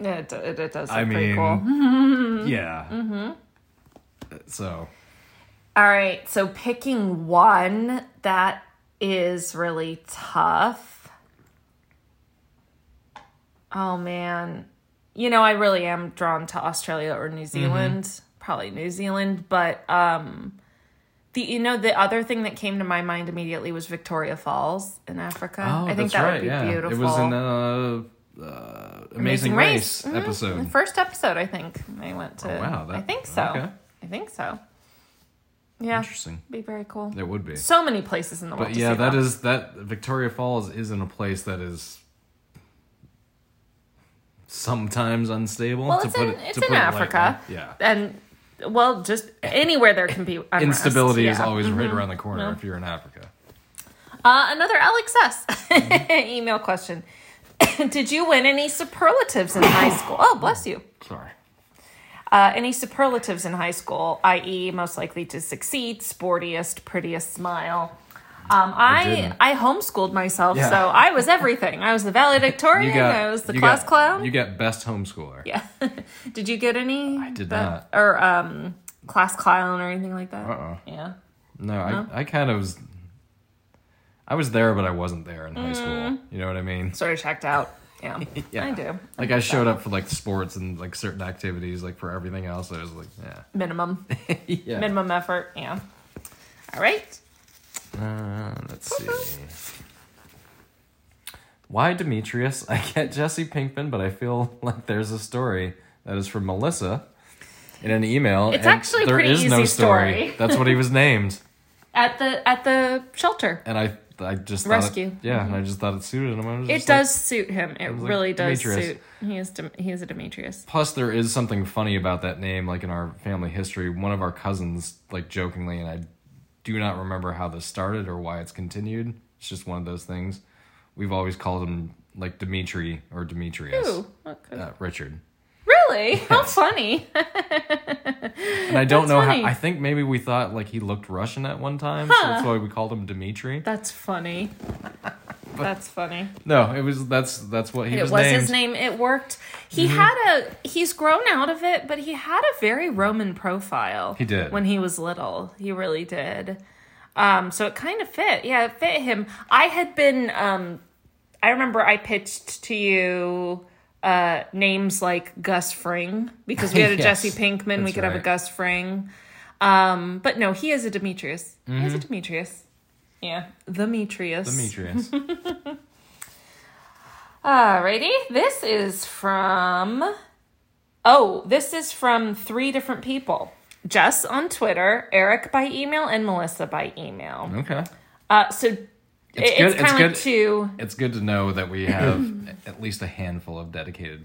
Speaker 1: Yeah, It, it, it does. Look
Speaker 2: I
Speaker 1: pretty
Speaker 2: mean, mm-hmm.
Speaker 1: cool.
Speaker 2: yeah. Mm-hmm.
Speaker 1: Mm-hmm.
Speaker 2: So
Speaker 1: All right, so picking one that is really tough. Oh man. You know, I really am drawn to Australia or
Speaker 2: Mm-hmm.
Speaker 1: New Zealand, probably New Zealand, but um the you know the other thing that came to my mind immediately was Victoria Falls in Africa.
Speaker 2: oh,
Speaker 1: I think
Speaker 2: that's
Speaker 1: that
Speaker 2: right.
Speaker 1: would be
Speaker 2: yeah,
Speaker 1: beautiful.
Speaker 2: it was an uh, uh, Amazing, Race,
Speaker 1: Mhm.
Speaker 2: episode.
Speaker 1: The first episode, I think I went to.
Speaker 2: Oh, wow, that-
Speaker 1: I think so.
Speaker 2: okay.
Speaker 1: I think so. Yeah,
Speaker 2: Interesting.
Speaker 1: Be very cool.
Speaker 2: It would be.
Speaker 1: So many places in the world.
Speaker 2: But
Speaker 1: to
Speaker 2: yeah,
Speaker 1: see,
Speaker 2: that
Speaker 1: though.
Speaker 2: is that Victoria Falls is in a place that is sometimes unstable.
Speaker 1: Well,
Speaker 2: to
Speaker 1: it's
Speaker 2: put
Speaker 1: in
Speaker 2: it,
Speaker 1: it's
Speaker 2: to
Speaker 1: in
Speaker 2: put it
Speaker 1: Africa.
Speaker 2: lightly. Yeah,
Speaker 1: and well, just anywhere there
Speaker 2: [LAUGHS]
Speaker 1: can be unrest.
Speaker 2: Instability is
Speaker 1: Yeah. Mm-hmm.
Speaker 2: always right around the corner if you're in Africa.
Speaker 1: Uh, another Alex S. [LAUGHS] email question. [COUGHS] Did you win any superlatives in high school? Oh, bless you.
Speaker 2: Sorry.
Speaker 1: Uh, any superlatives in high school, i.e., most likely to succeed, sportiest, prettiest smile. Um, I
Speaker 2: didn't.
Speaker 1: I, homeschooled myself,
Speaker 2: Yeah.
Speaker 1: so I was everything. I was the valedictorian. I was the
Speaker 2: you
Speaker 1: class
Speaker 2: got-
Speaker 1: clown.
Speaker 2: You got best homeschooler.
Speaker 1: yeah. [LAUGHS] did you get any? I
Speaker 2: did
Speaker 1: not. Or um, class clown or anything like that.
Speaker 2: Uh-uh.
Speaker 1: Yeah.
Speaker 2: No, I, I kind of was. I was there, but I wasn't there in high school.
Speaker 1: Mm.
Speaker 2: You know what I mean?
Speaker 1: Sort of checked out. Yeah.
Speaker 2: [LAUGHS] Yeah.
Speaker 1: I do.
Speaker 2: Like I showed up for like sports and like certain activities, like for everything else. I was like, yeah,
Speaker 1: [LAUGHS] Minimum.
Speaker 2: yeah.
Speaker 1: Minimum effort. Yeah. All right.
Speaker 2: Uh, let's see. Why Demetrius? [LAUGHS] I get Jesse Pinkman, but I feel like there's a story that is from Melissa in an email.
Speaker 1: It's
Speaker 2: and
Speaker 1: actually a
Speaker 2: there
Speaker 1: pretty
Speaker 2: is no
Speaker 1: easy
Speaker 2: story.
Speaker 1: story.
Speaker 2: That's what he was named,
Speaker 1: At the at the shelter.
Speaker 2: and I I just thought it-
Speaker 1: Rescue. Mm-hmm.
Speaker 2: yeah, and I just thought it suited him. I was
Speaker 1: It
Speaker 2: just like-
Speaker 1: does suit him. It
Speaker 2: like,
Speaker 1: really does
Speaker 2: Demetrius.
Speaker 1: suit. He is Dem- he is a Demetrius.
Speaker 2: Plus, there is something funny about that name, like in our family history. One of our cousins, like jokingly, and I do not remember how this started or why it's continued. It's just one of those things. We've always called him like Dimitri or Demetrius.
Speaker 1: Ooh, okay.
Speaker 2: Uh, Richard.
Speaker 1: really? How funny!
Speaker 2: And I don't
Speaker 1: That's
Speaker 2: know
Speaker 1: funny.
Speaker 2: how. I think maybe we thought like he looked Russian at one time, so that's why we called him Dimitri.
Speaker 1: That's funny. That's funny.
Speaker 2: No, it was that's that's what he
Speaker 1: It
Speaker 2: was,
Speaker 1: was
Speaker 2: named. Mm-hmm.
Speaker 1: his name. It worked. He had a he's grown out of it, but he had a very Roman profile.
Speaker 2: He did.
Speaker 1: when he was little. He really did. Um, so it kind of fit. Yeah, it fit him. I had been. Um, I remember I pitched to you uh, names like Gus Fring because
Speaker 2: [LAUGHS]
Speaker 1: we had a
Speaker 2: Yes,
Speaker 1: Jesse Pinkman. We
Speaker 2: that's
Speaker 1: could have a
Speaker 2: right.
Speaker 1: Gus Fring. Um, but no, he is a Demetrius. He
Speaker 2: Mm-hmm.
Speaker 1: is a Demetrius. Yeah, Demetrius.
Speaker 2: Demetrius.
Speaker 1: [LAUGHS] Alrighty, this is from. Oh, this is from three different people Jess on Twitter, Eric by email, and Melissa by email.
Speaker 2: okay.
Speaker 1: Uh, so it- it's,
Speaker 2: good- it's
Speaker 1: kind of
Speaker 2: good.
Speaker 1: like two.
Speaker 2: It's good to know that
Speaker 1: [CLEARS THROAT]
Speaker 2: we have at least a handful of dedicated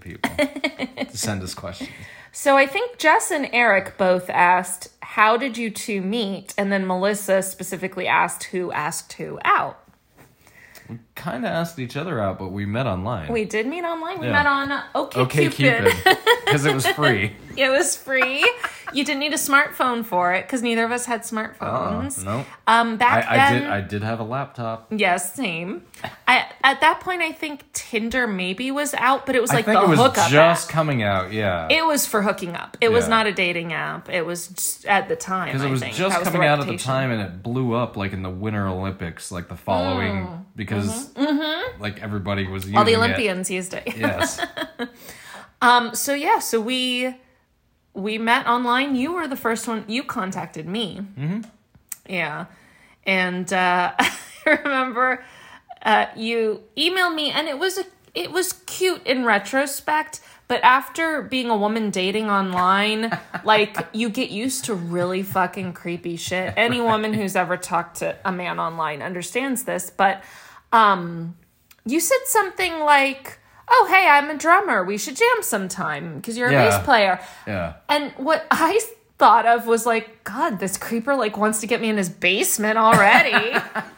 Speaker 1: [LAUGHS]
Speaker 2: people to send us questions.
Speaker 1: So I think Jess and Eric both asked, How did you two meet? And then Melissa specifically asked, Who asked who out?
Speaker 2: kind of asked each other out, but we met online.
Speaker 1: We did meet online. We
Speaker 2: Yeah.
Speaker 1: met on OKCupid.
Speaker 2: okay, Cupid, because it was free.
Speaker 1: [LAUGHS] It was free. you didn't need a smartphone for it because neither of us had smartphones.
Speaker 2: Ah, no,
Speaker 1: Um, back
Speaker 2: I, I
Speaker 1: then,
Speaker 2: did. I did have a laptop.
Speaker 1: Yes, same. I, at that point, I think Tinder maybe was out, but it was
Speaker 2: I
Speaker 1: like
Speaker 2: think
Speaker 1: the
Speaker 2: it was
Speaker 1: hookup.
Speaker 2: just
Speaker 1: app.
Speaker 2: coming out. Yeah,
Speaker 1: It was for hooking up. It was
Speaker 2: Yeah.
Speaker 1: not a dating app. It was just at the time.
Speaker 2: because it
Speaker 1: I
Speaker 2: was
Speaker 1: think.
Speaker 2: just
Speaker 1: That was the
Speaker 2: coming out at the
Speaker 1: reputation.
Speaker 2: time, and it blew up like in the Winter Olympics, like the following, because like everybody was using
Speaker 1: Oh. Mm-hmm. All the
Speaker 2: it.
Speaker 1: Olympians used it.
Speaker 2: Yes,
Speaker 1: [LAUGHS] Um, so yeah, so we we met online. You were the first one. You contacted me. Mm-hmm. Yeah, and uh, [LAUGHS] I remember uh, you emailed me, and it was a, it was cute in retrospect. But after being a woman dating online, like you get used to really fucking creepy shit. Any woman who's ever talked to a man online understands this, but um, you said something like, "Oh, hey, I'm a drummer. We should jam sometime because you're a
Speaker 2: Yeah.
Speaker 1: bass player."
Speaker 2: yeah.
Speaker 1: And what I thought of was like, "God, this creeper like wants to get me in his basement already." [LAUGHS]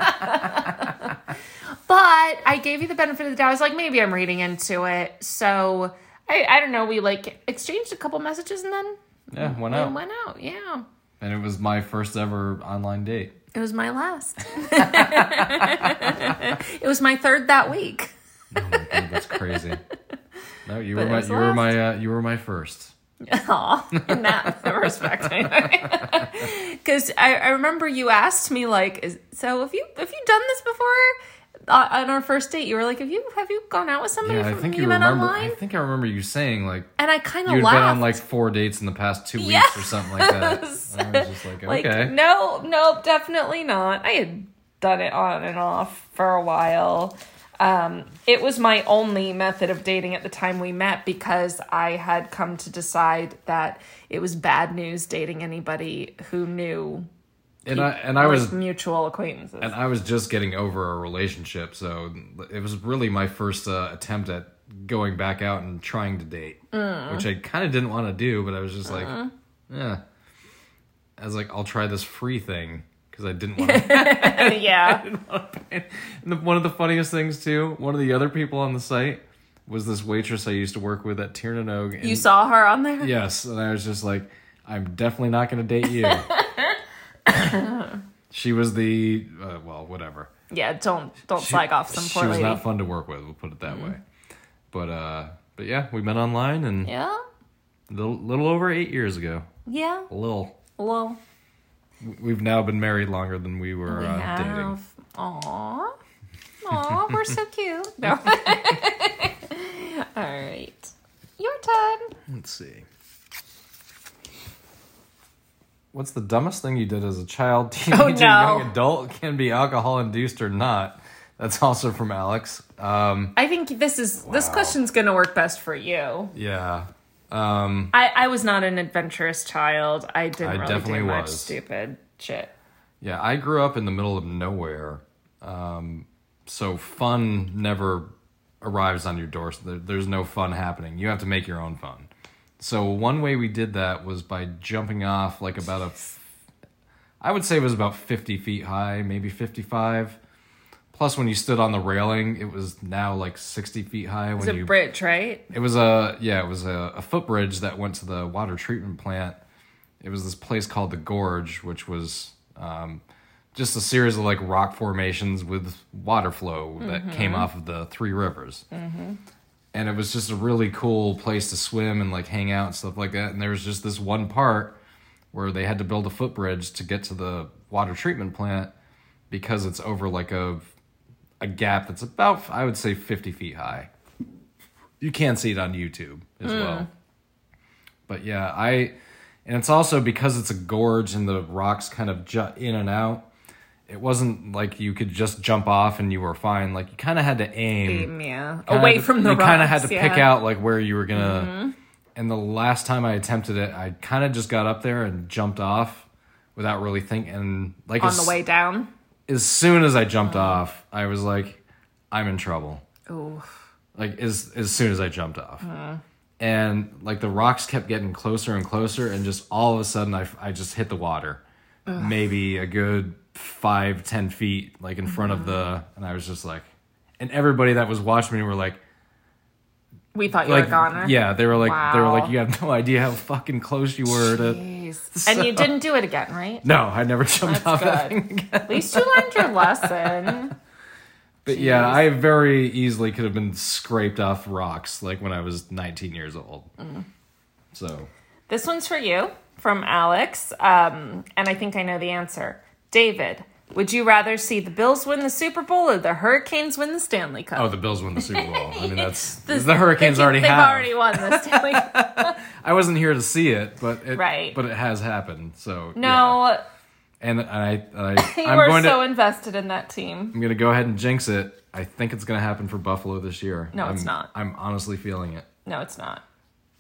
Speaker 1: but I gave you the benefit of the doubt. I was like, maybe I'm reading into it. So I, I don't know. We like exchanged a couple messages and then
Speaker 2: Yeah, went
Speaker 1: we
Speaker 2: out,
Speaker 1: went out. Yeah,
Speaker 2: and it was my first ever online date.
Speaker 1: it was my last. [LAUGHS] it was my third that week.
Speaker 2: Oh, that's crazy. No,
Speaker 1: [LAUGHS]
Speaker 2: you
Speaker 1: it
Speaker 2: were my,
Speaker 1: was
Speaker 2: you were my, uh, you were my first.
Speaker 1: Aw, in that [LAUGHS] respect, anyway. [LAUGHS] Because I, I remember you asked me like, is, so have you have you done this before? Uh, on our first date, you were like, have you have you gone out with somebody
Speaker 2: Yeah, I
Speaker 1: from
Speaker 2: think
Speaker 1: you
Speaker 2: you
Speaker 1: met
Speaker 2: remember.
Speaker 1: online?
Speaker 2: I think I remember you saying like
Speaker 1: and I kind of
Speaker 2: You'd been on
Speaker 1: laughed.
Speaker 2: like four dates in the past two weeks or something
Speaker 1: [LAUGHS]
Speaker 2: like that. And I was just like,
Speaker 1: Like,
Speaker 2: okay.
Speaker 1: no, nope, definitely not. I had done it on and off for a while. Um, it was my only method of dating at the time we met because I had come to decide that it was bad news dating anybody who knew
Speaker 2: and I and I
Speaker 1: like
Speaker 2: was
Speaker 1: mutual acquaintances.
Speaker 2: [LAUGHS] and I was just getting over a relationship, so it was really my first uh, attempt at going
Speaker 1: Mm. Mm-hmm.
Speaker 2: back out and trying to date, which I kind of didn't want to do, but I was just like, yeah. I was like, I'll try this free thing because I didn't
Speaker 1: [LAUGHS]
Speaker 2: want to.
Speaker 1: yeah.
Speaker 2: and the, one of the funniest things too, one of the other people on the site was this waitress I used to work with at Tiernan Oak. And
Speaker 1: You saw her on there?
Speaker 2: yes, and I was just like, I'm definitely not going to
Speaker 1: [COUGHS]
Speaker 2: date you. she was the uh, well, whatever.
Speaker 1: Yeah, don't don't slag off some
Speaker 2: she
Speaker 1: poor
Speaker 2: was
Speaker 1: lady. Mm-hmm.
Speaker 2: not fun to work with. We'll put it that way. But uh, but yeah, we met online and
Speaker 1: yeah.
Speaker 2: a little, little over eight years ago.
Speaker 1: Yeah.
Speaker 2: A little.
Speaker 1: Well,
Speaker 2: We've now been married longer than we were
Speaker 1: we
Speaker 2: uh, dating.
Speaker 1: have. Aw. Aw, we're so cute. [LAUGHS] No. All right. Your turn.
Speaker 2: Let's see. What's the dumbest thing you did as a child, [LAUGHS] teenager,
Speaker 1: Oh, no.
Speaker 2: young adult? Can be alcohol induced or not. That's also from Alex. Um,
Speaker 1: I think this is this
Speaker 2: Wow.
Speaker 1: question's gonna work best for you.
Speaker 2: yeah. Um,
Speaker 1: I, I was not an adventurous child. I didn't
Speaker 2: I
Speaker 1: really
Speaker 2: definitely
Speaker 1: do much
Speaker 2: was.
Speaker 1: stupid shit.
Speaker 2: yeah, I grew up in the middle of nowhere. Um, so fun never arrives on your doorstep. There, there's no fun happening. You have to make your own fun. So one way we did that was by jumping off like about a I would say it was about 50 feet high, maybe 55. Plus, when you stood on the railing, it was now like 60 feet high. When
Speaker 1: It's a
Speaker 2: you,
Speaker 1: bridge, right?
Speaker 2: it was a yeah, it was a, a footbridge that went to the water treatment plant. It was this place called the Gorge, which was um, just a series of like rock formations with water flow that came off of the three rivers. And it was just a really cool place to swim and like hang out and stuff like that. And there was just this one part where they had to build a footbridge to get to the water treatment plant because it's over like a a gap that's about I would say 50 feet high you can see it on YouTube as well. But yeah, I and it's also because it's a gorge and the rocks kind of jut in and out. It wasn't like you could just jump off and you were fine. Like you kind of had to aim,
Speaker 1: Yeah.
Speaker 2: Mm. Kinda
Speaker 1: Away
Speaker 2: had to-
Speaker 1: from the
Speaker 2: You kind of had to
Speaker 1: rocks,
Speaker 2: pick
Speaker 1: yeah. Mm-hmm.
Speaker 2: out like where you were gonna. And the last time I attempted it, I kind of just got up there and jumped off without really thinking. And like
Speaker 1: on
Speaker 2: as,
Speaker 1: the way Mm-hmm. down.
Speaker 2: as soon as I jumped off, I was like, I'm in trouble
Speaker 1: Ooh.
Speaker 2: like as as soon as I jumped off.
Speaker 1: Mm-hmm.
Speaker 2: And like the rocks kept getting closer and closer, and just all of a sudden, I, I just hit the water, maybe a good five ten feet, like in front
Speaker 1: Mm-hmm.
Speaker 2: of the, and I was just like, and everybody that was watching me were like,
Speaker 1: We thought you
Speaker 2: like
Speaker 1: were a goner.
Speaker 2: yeah, they were like, they were
Speaker 1: Wow.
Speaker 2: like, you have no idea how fucking close you were to.
Speaker 1: Jeez. And you didn't do it again,
Speaker 2: [LAUGHS]
Speaker 1: right?
Speaker 2: No, I never jumped off
Speaker 1: That's
Speaker 2: that thing.
Speaker 1: good. At least you learned your lesson.
Speaker 2: But yeah, I very easily could have been scraped off rocks like when I was 19 years old.
Speaker 1: Mm.
Speaker 2: So
Speaker 1: This one's for you from Alex, um, and I think I know the answer. David, would you rather see the Bills win the Super Bowl or the Hurricanes win the Stanley Cup?
Speaker 2: Oh, the Bills win the Super Bowl.
Speaker 1: [LAUGHS]
Speaker 2: I mean, that's the, Hurricanes already
Speaker 1: They've
Speaker 2: have.
Speaker 1: already won the
Speaker 2: [LAUGHS]
Speaker 1: Stanley. Cup.
Speaker 2: I wasn't here to see it, but it,
Speaker 1: Right.
Speaker 2: but it has happened. So yeah.
Speaker 1: No,
Speaker 2: and I, I
Speaker 1: [LAUGHS] you
Speaker 2: I'm
Speaker 1: are
Speaker 2: going
Speaker 1: so
Speaker 2: to
Speaker 1: invested in that team.
Speaker 2: I'm going to go ahead and jinx it. I think it's going to happen for Buffalo this year.
Speaker 1: No,
Speaker 2: I'm,
Speaker 1: it's not.
Speaker 2: I'm honestly feeling it.
Speaker 1: No, it's not.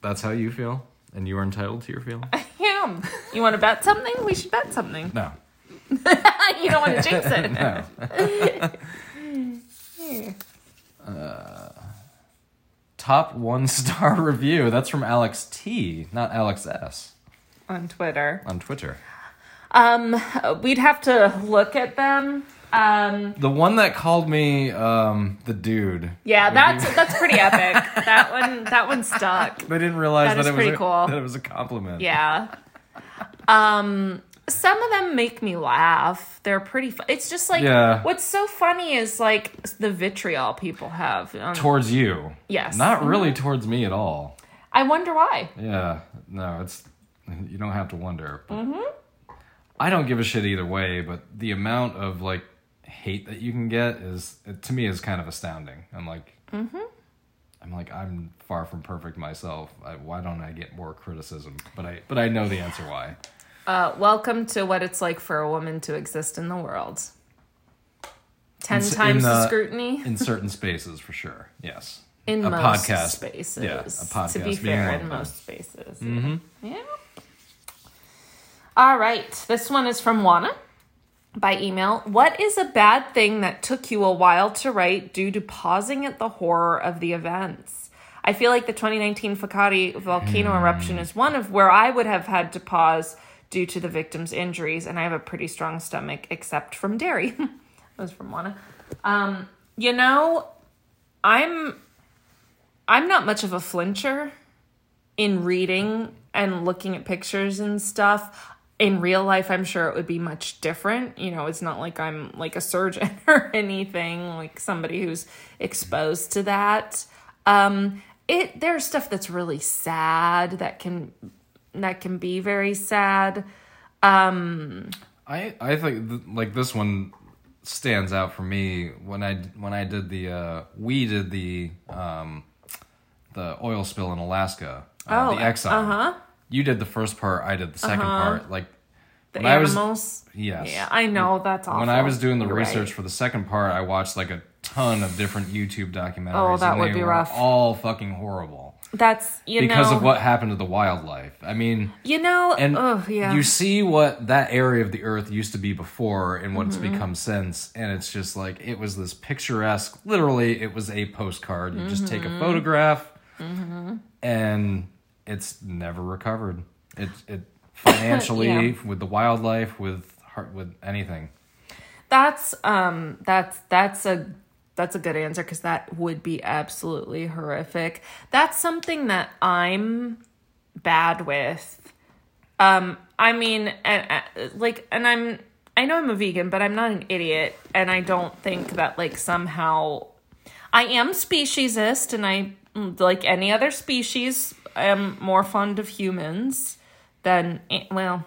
Speaker 2: That's how you feel, and you are entitled to your feeling.
Speaker 1: Him. You want to bet something? We should bet something. [LAUGHS]
Speaker 2: No,
Speaker 1: you don't want to jinx it.
Speaker 2: [LAUGHS] no. Top one [LAUGHS] star review. That's from Alex T, not Alex S,
Speaker 1: On Twitter,
Speaker 2: on Twitter.
Speaker 1: Uh, we'd have to look at them. Um,
Speaker 2: The one that called me um, the dude.
Speaker 1: yeah, that's that's pretty epic.
Speaker 2: [LAUGHS]
Speaker 1: That one, that one stuck.
Speaker 2: They didn't realize
Speaker 1: That
Speaker 2: that,
Speaker 1: is
Speaker 2: it was
Speaker 1: pretty
Speaker 2: a,
Speaker 1: cool.
Speaker 2: that it was a compliment.
Speaker 1: Yeah. Um, some of them make me laugh. They're pretty. Fu- it's just like
Speaker 2: Yeah.
Speaker 1: what's so funny is like the vitriol people have. Um,
Speaker 2: Towards you.
Speaker 1: Yes. Mm-hmm.
Speaker 2: Not really towards me at all.
Speaker 1: I wonder why.
Speaker 2: Yeah. No, it's you don't have to wonder. Mm-hmm. I don't give a shit either way, but the amount of like hate that you can get is it, to me is kind of astounding. I'm like I'm like I'm far from perfect myself. I, why don't I get more criticism? But I but I know the answer why.
Speaker 1: Uh, welcome to what it's like for a woman to exist in the world. Ten
Speaker 2: In s- in
Speaker 1: times the,
Speaker 2: the-
Speaker 1: scrutiny
Speaker 2: In certain spaces for sure. Yes.
Speaker 1: in
Speaker 2: a
Speaker 1: most
Speaker 2: podcast.
Speaker 1: spaces.
Speaker 2: Yeah, a
Speaker 1: To
Speaker 2: podcast
Speaker 1: be
Speaker 2: being
Speaker 1: fair,
Speaker 2: one of Mm-hmm.
Speaker 1: in
Speaker 2: them.
Speaker 1: most spaces. Yeah. All right. This one is from Juana by email. What is a bad thing that took you a while to write due to pausing at the horror of the events? I
Speaker 2: Hmm.
Speaker 1: feel like the 2019 Fakati volcano eruption is one of where I would have had to pause due to the victim's injuries, and I have a pretty strong stomach, except from dairy. [LAUGHS] that was from Juana. Um, you know, I'm I'm not much of a flincher in reading and looking at pictures and stuff. In real life, I'm sure it would be much different. You know, it's not like I'm like a surgeon [LAUGHS] or anything, like somebody who's exposed to that. Um, it there's stuff that's really sad that can that can be very sad.
Speaker 2: I I think th- like this one stands out for me when I when I did the uh, we did the um, the oil spill in Alaska. Uh,
Speaker 1: Oh,
Speaker 2: the Exxon.
Speaker 1: uh-huh.
Speaker 2: You did the first part. I did the 2nd part. Like
Speaker 1: The
Speaker 2: when I was
Speaker 1: animals.
Speaker 2: yes.
Speaker 1: yeah, I know that's awful.
Speaker 2: When I was doing the
Speaker 1: You're right.
Speaker 2: research for the second part, I watched like a ton of different YouTube documentaries.
Speaker 1: Oh, that
Speaker 2: and
Speaker 1: would
Speaker 2: they
Speaker 1: be
Speaker 2: were
Speaker 1: rough.
Speaker 2: All fucking horrible
Speaker 1: that's you
Speaker 2: because
Speaker 1: know
Speaker 2: of what happened to the wildlife. I mean.
Speaker 1: you know.
Speaker 2: And
Speaker 1: oh yeah,
Speaker 2: you see what that area of the earth used to be before and what
Speaker 1: Mm-hmm.
Speaker 2: it's become since. And it's just like, it was this picturesque, literally, it was a postcard. You just take
Speaker 1: Mm-hmm.
Speaker 2: a photograph and it's never recovered. It, it
Speaker 1: [LAUGHS]
Speaker 2: financially, with the wildlife, with heart, with anything. [LAUGHS]
Speaker 1: That's um that's that's a that's a good answer cuz that would be absolutely horrific. That's something that I'm bad with. Um I mean and uh, like and I'm I know I'm a vegan, but I'm not an idiot and I don't think that like somehow I am speciesist and I like any other species am more fond of humans than well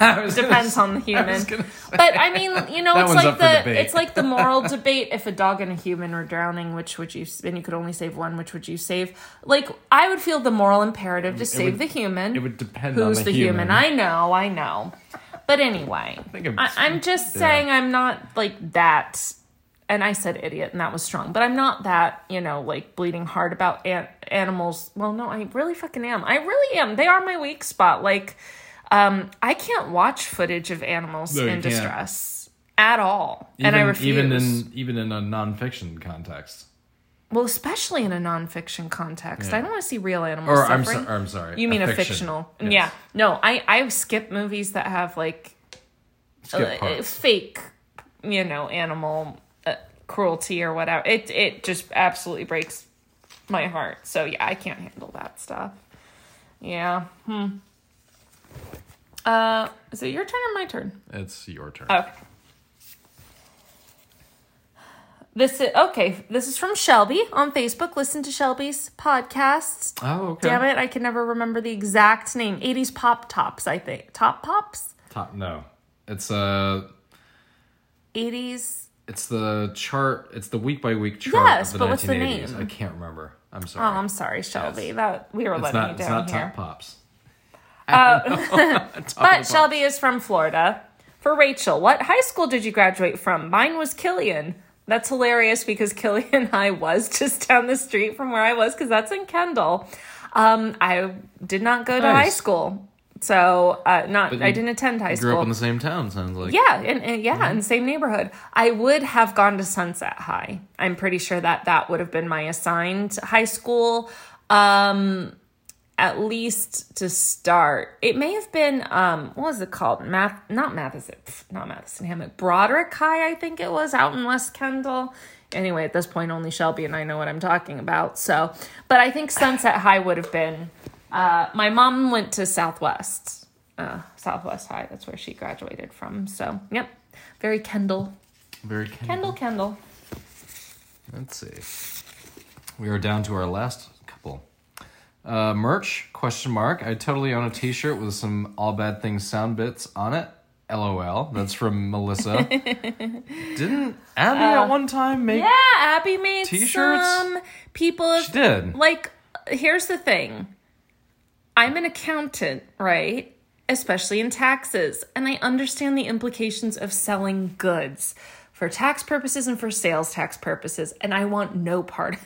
Speaker 2: I was gonna
Speaker 1: depends
Speaker 2: say-
Speaker 1: on the
Speaker 2: [LAUGHS] I
Speaker 1: human.
Speaker 2: was gonna-
Speaker 1: But I mean, you know,
Speaker 2: That
Speaker 1: it's
Speaker 2: one's
Speaker 1: like
Speaker 2: up for
Speaker 1: the
Speaker 2: debate.
Speaker 1: it's like
Speaker 2: [LAUGHS]
Speaker 1: the moral debate. If a dog and a human were drowning, which would you? s- And you could only save one. Which would you save? Like I would feel the moral imperative to save
Speaker 2: would-
Speaker 1: the human.
Speaker 2: it would depend on
Speaker 1: Who's
Speaker 2: the,
Speaker 1: the human? I know, I know. But anyway,
Speaker 2: think I'm-
Speaker 1: I, I'm just
Speaker 2: yeah.
Speaker 1: saying I'm not like that. And I said idiot, and that was strong. But I'm not that, you know, like bleeding hard about an- animals. Well, no, I really fucking am. I really am. They are my weak spot. Like, um, I can't watch footage of animals
Speaker 2: No, you
Speaker 1: in
Speaker 2: can't.
Speaker 1: distress at all, and I refuse.
Speaker 2: Even in, even in a nonfiction context.
Speaker 1: well, especially in a nonfiction context, I don't want to see real animals.
Speaker 2: Or I'm,
Speaker 1: suffering.
Speaker 2: so, I'm sorry.
Speaker 1: You mean a,
Speaker 2: fiction.
Speaker 1: fictional?
Speaker 2: Yes.
Speaker 1: Yeah. No, I I skip movies that have like
Speaker 2: Skip
Speaker 1: uh,
Speaker 2: parts.
Speaker 1: fake, you know, animal uh, cruelty or whatever. It it just absolutely breaks my heart. So yeah, I can't handle that stuff. Yeah. Hmm. Uh, is it your turn or my turn?
Speaker 2: It's your turn.
Speaker 1: Okay. This is okay. This is from Shelby on Facebook. Listen to Shelby's podcasts.
Speaker 2: Oh, okay.
Speaker 1: Damn it, I can never remember the exact name. 80s pop tops, I think. Top pops?
Speaker 2: Top no. It's uh
Speaker 1: 80s.
Speaker 2: it's the chart it's the week by week chart
Speaker 1: Yes,
Speaker 2: of the
Speaker 1: but
Speaker 2: 1980s.
Speaker 1: what's the name?
Speaker 2: I can't remember. I'm
Speaker 1: Oh,
Speaker 2: sorry.
Speaker 1: I'm sorry, Shelby. That we were
Speaker 2: it's
Speaker 1: letting
Speaker 2: not
Speaker 1: you
Speaker 2: it's
Speaker 1: down
Speaker 2: not
Speaker 1: here. Uh,
Speaker 2: top
Speaker 1: [LAUGHS]
Speaker 2: pops. [LAUGHS]
Speaker 1: But Shelby is from Florida. For Rachel, what high school did you graduate from? Mine was Killian. That's hilarious because [LAUGHS] Killian High was just down the street from where I was because that's in Kendall. Um, I did not go to
Speaker 2: Nice.
Speaker 1: high school, so uh, not
Speaker 2: But
Speaker 1: I
Speaker 2: you
Speaker 1: didn't attend high
Speaker 2: Grew
Speaker 1: school.
Speaker 2: up in the same town, sounds like.
Speaker 1: Yeah, and, and yeah, in the same neighborhood. I would have gone to Sunset High. I'm pretty sure that that would have been my assigned high school, um, at least to start. It may have been um, what was it called? Math? Not Matheson. pff, Not Matheson Hammock. Broderick High, I think it was, out in West Kendall. Anyway, at this point, only Shelby and I know what I'm talking about. So, but I think Sunset High would have been. Uh, my mom went to Southwest uh, Southwest High. That's where she graduated from. So, yep. Very Kendall.
Speaker 2: Very Ken-
Speaker 1: Kendall, Kendall.
Speaker 2: Let's see. We are down to our last couple. Uh, merch question mark. I totally own a t shirt with some all bad things sound bits on it. LOL. That's
Speaker 1: [LAUGHS]
Speaker 2: from Melissa. Didn't Abby
Speaker 1: Uh,
Speaker 2: at one time make
Speaker 1: Yeah, Abby made
Speaker 2: T-shirts?
Speaker 1: some people. have-
Speaker 2: She did.
Speaker 1: Like, here's the thing I'm an accountant, right? Especially in taxes. And I understand the implications of selling goods for tax purposes and for sales tax purposes. And I want no part of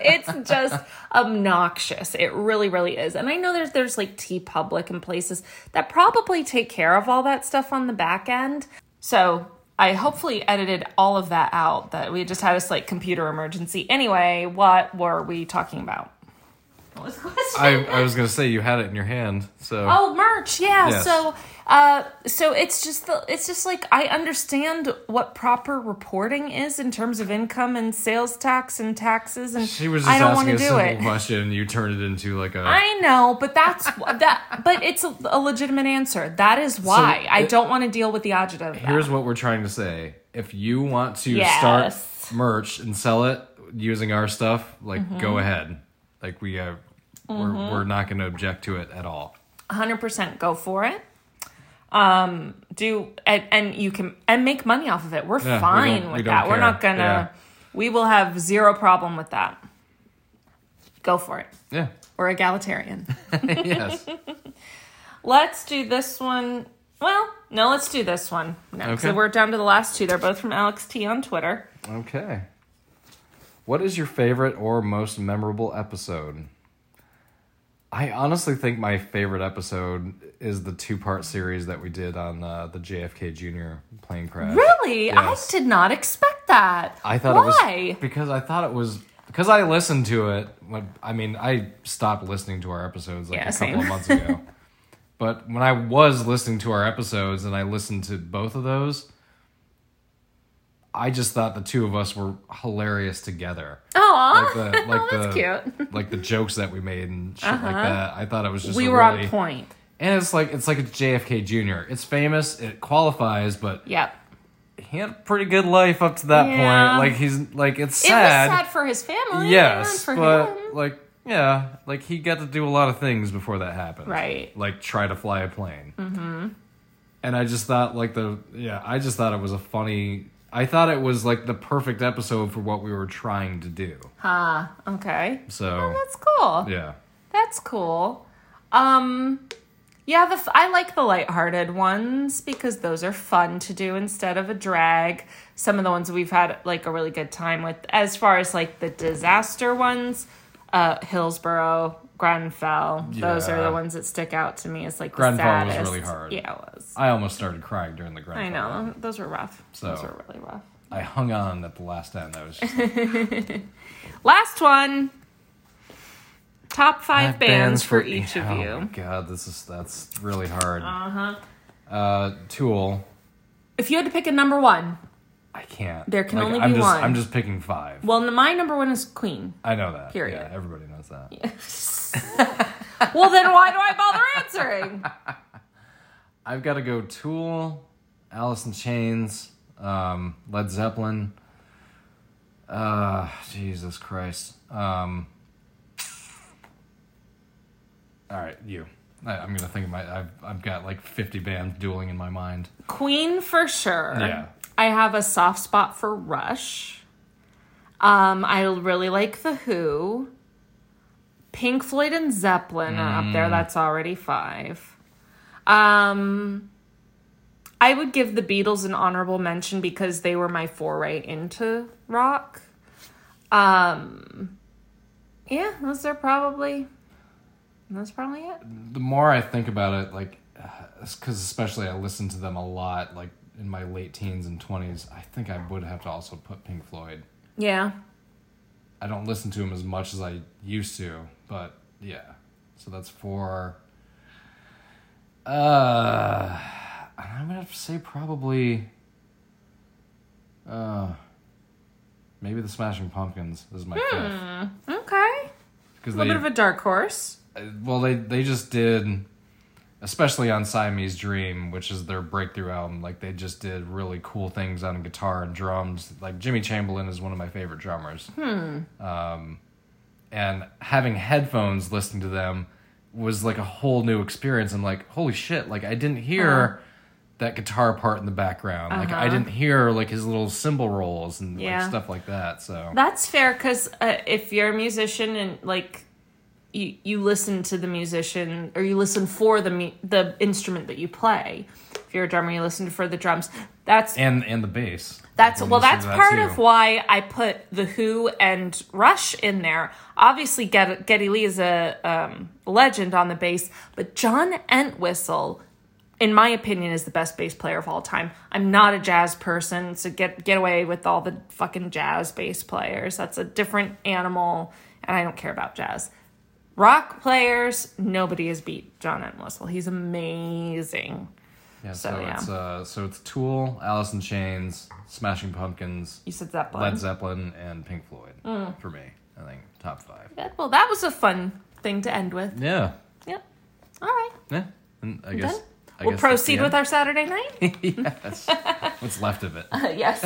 Speaker 1: it's just obnoxious. It really, really is. And I know there's there's like T Public and places that probably take care of all that stuff on the back end. So I hopefully edited all of that out. That we just had a slight computer emergency. Anyway, what were we talking about? What was the question?
Speaker 2: I, I was gonna say you had it in your hand, so
Speaker 1: Oh, merch. Yeah.
Speaker 2: Yes.
Speaker 1: So, uh, so it's just the, it's just like I understand what proper reporting is in terms of income and sales tax and taxes, and
Speaker 2: she was
Speaker 1: I
Speaker 2: just
Speaker 1: don't want to
Speaker 2: asking a
Speaker 1: do
Speaker 2: simple
Speaker 1: it.
Speaker 2: question, and you turned it into like a.
Speaker 1: I know, but that's that. But it's a, a legitimate answer. That is why I
Speaker 2: it-
Speaker 1: don't want to deal with the agita. of that.
Speaker 2: Here's what we're trying to say: if you want to
Speaker 1: Yes.
Speaker 2: start merch and sell it using our stuff, like
Speaker 1: Mm-hmm.
Speaker 2: go ahead. Like we uh, we're, we're not going to object to it at all.
Speaker 1: hundred percent go for it. Um, do and, and you can and make money off of it. We're
Speaker 2: Yeah, we
Speaker 1: fine
Speaker 2: don't-
Speaker 1: with
Speaker 2: we don't
Speaker 1: that. We're
Speaker 2: care.
Speaker 1: not gonna. We will have zero problem with that. Go for it.
Speaker 2: Yeah. [LAUGHS]
Speaker 1: We're egalitarian.
Speaker 2: yes.
Speaker 1: let's do this one. Well, no, let's do this one. No,
Speaker 2: Okay.
Speaker 1: So we're down to the last two. They're both from Alex T on Twitter.
Speaker 2: Okay. What is your favorite or most memorable episode? I honestly think my favorite episode is the two-part series that we did on uh, the JFK Jr. plane crash.
Speaker 1: Really,
Speaker 2: Yes.
Speaker 1: I did not expect that.
Speaker 2: I thought
Speaker 1: Why?
Speaker 2: it was because I thought it was because I listened to it. When, I mean, I stopped listening to our episodes like
Speaker 1: Yeah,
Speaker 2: a couple
Speaker 1: same.
Speaker 2: of
Speaker 1: [LAUGHS]
Speaker 2: months ago. but when I was listening to our episodes and I listened to both of those, I just thought the two of us were hilarious together.
Speaker 1: Aw, Oh, [LAUGHS]
Speaker 2: Like the like
Speaker 1: that's
Speaker 2: the
Speaker 1: cute.
Speaker 2: [LAUGHS]
Speaker 1: Uh-huh.
Speaker 2: like the jokes that we made and shit like that. I thought it was just
Speaker 1: We
Speaker 2: a
Speaker 1: were
Speaker 2: really-
Speaker 1: on point.
Speaker 2: And it's like it's like a JFK Jr. It's famous. It qualifies, but
Speaker 1: Yep.
Speaker 2: he had a pretty good life up to that
Speaker 1: Yeah.
Speaker 2: point. Like he's like it's
Speaker 1: It was sad for his family.
Speaker 2: yes,
Speaker 1: and for
Speaker 2: but
Speaker 1: him.
Speaker 2: like yeah, like he got to do a lot of things before that happened.
Speaker 1: Right.
Speaker 2: Like try to fly a plane. Mm-hmm. And I just thought like the yeah, I just thought it was a funny. I thought it was like the perfect episode for what we were trying to do.
Speaker 1: Ah, okay.
Speaker 2: So
Speaker 1: Oh, That's cool.
Speaker 2: yeah,
Speaker 1: That's cool. Um yeah, the f- I like the lighthearted ones because those are fun to do instead of a drag. Some of the ones we've had like a really good time with as far as like the disaster ones, uh Hillsboro, Grenfell. Those are
Speaker 2: Yeah.
Speaker 1: the ones that stick out to me as like the
Speaker 2: Grenfell was
Speaker 1: saddest.
Speaker 2: really hard.
Speaker 1: Yeah, it was.
Speaker 2: I almost started crying during the Grenfell.
Speaker 1: I know. Those were rough.
Speaker 2: So-
Speaker 1: Those were really rough.
Speaker 2: I hung on at the last end. I was
Speaker 1: [LAUGHS]
Speaker 2: just
Speaker 1: Last one. Top five,
Speaker 2: Five
Speaker 1: bands, for each
Speaker 2: oh
Speaker 1: of
Speaker 2: my
Speaker 1: you.
Speaker 2: God, this is that's really hard.
Speaker 1: Uh huh.
Speaker 2: Uh, Tool.
Speaker 1: If you had to pick a number one,
Speaker 2: I can't.
Speaker 1: There can only
Speaker 2: I'm
Speaker 1: be
Speaker 2: just,
Speaker 1: one.
Speaker 2: I'm just picking five.
Speaker 1: well, n- my number one is [LAUGHS] Queen.
Speaker 2: I know that.
Speaker 1: Period.
Speaker 2: Yeah, everybody knows that.
Speaker 1: Well, then why do I bother answering?
Speaker 2: I've got to go Tool, Alice in Chains, um, Led Zeppelin. Uh, Jesus Christ. Um, all right, you. I, I'm gonna think of my. I've I've got like 50 bands dueling in my mind.
Speaker 1: Queen for sure.
Speaker 2: Yeah.
Speaker 1: I have a soft spot for Rush. Um, I really like The Who. Pink Floyd and Zeppelin are up there. That's already five. Um, I would give the Beatles an honorable mention because they were my foray into rock. Um, yeah, those are probably. That's probably it.
Speaker 2: The more I think about it, like, because especially I listened to them a lot, like in my late teens and 20s. I think I would have to also put Pink Floyd.
Speaker 1: Yeah.
Speaker 2: I don't listen to them as much as I used to, but yeah. So that's four. Uh, I'm gonna have to say probably. Uh, maybe the Smashing Pumpkins is my fifth
Speaker 1: Okay.
Speaker 2: because
Speaker 1: Hmm. A little bit of a dark horse.
Speaker 2: uh, well they they just did especially on Siamese Dream, which is their breakthrough album, like they just did really cool things on guitar and drums. Like Jimmy Chamberlain is one of my favorite drummers. Hmm. Um and having headphones listening to them was like a whole new experience. I'm like, holy shit, like I didn't hear that guitar part in the background. Like I didn't hear like his little cymbal rolls and
Speaker 1: Uh-huh. Yeah.
Speaker 2: like stuff like that. So
Speaker 1: That's fair because uh, if you're a musician and like you you listen to the musician or you listen for the mu- the instrument that you play. If you're a drummer, you listen for the drums. That's
Speaker 2: and and the bass.
Speaker 1: that's
Speaker 2: Like,
Speaker 1: well,
Speaker 2: listening
Speaker 1: that's
Speaker 2: to that
Speaker 1: part
Speaker 2: too.
Speaker 1: of why I put the Who and Rush in there. Obviously, Get- Geddy Lee is a um, legend on the bass, but John Entwistle, in my opinion, is the best bass player of all time. I'm not a jazz person, so get get away with all the fucking jazz bass players. That's a different animal, and I don't care about jazz. rock players, nobody has beat John Entwistle. He's amazing.
Speaker 2: Yeah,
Speaker 1: So,
Speaker 2: so,
Speaker 1: yeah.
Speaker 2: it's uh, so it's Tool, Alice in Chains, Smashing Pumpkins,
Speaker 1: You said Zeppelin.
Speaker 2: Led Zeppelin, and Pink Floyd
Speaker 1: Mm.
Speaker 2: for me. I think top five.
Speaker 1: Good. Well, that was a fun thing to end with.
Speaker 2: Yeah,
Speaker 1: Yep. All right.
Speaker 2: yeah. And I
Speaker 1: Done.
Speaker 2: guess I
Speaker 1: we'll
Speaker 2: guess that's
Speaker 1: proceed
Speaker 2: the
Speaker 1: with
Speaker 2: end. [LAUGHS]
Speaker 1: our Saturday night.
Speaker 2: yes. What's left of it?
Speaker 1: yes.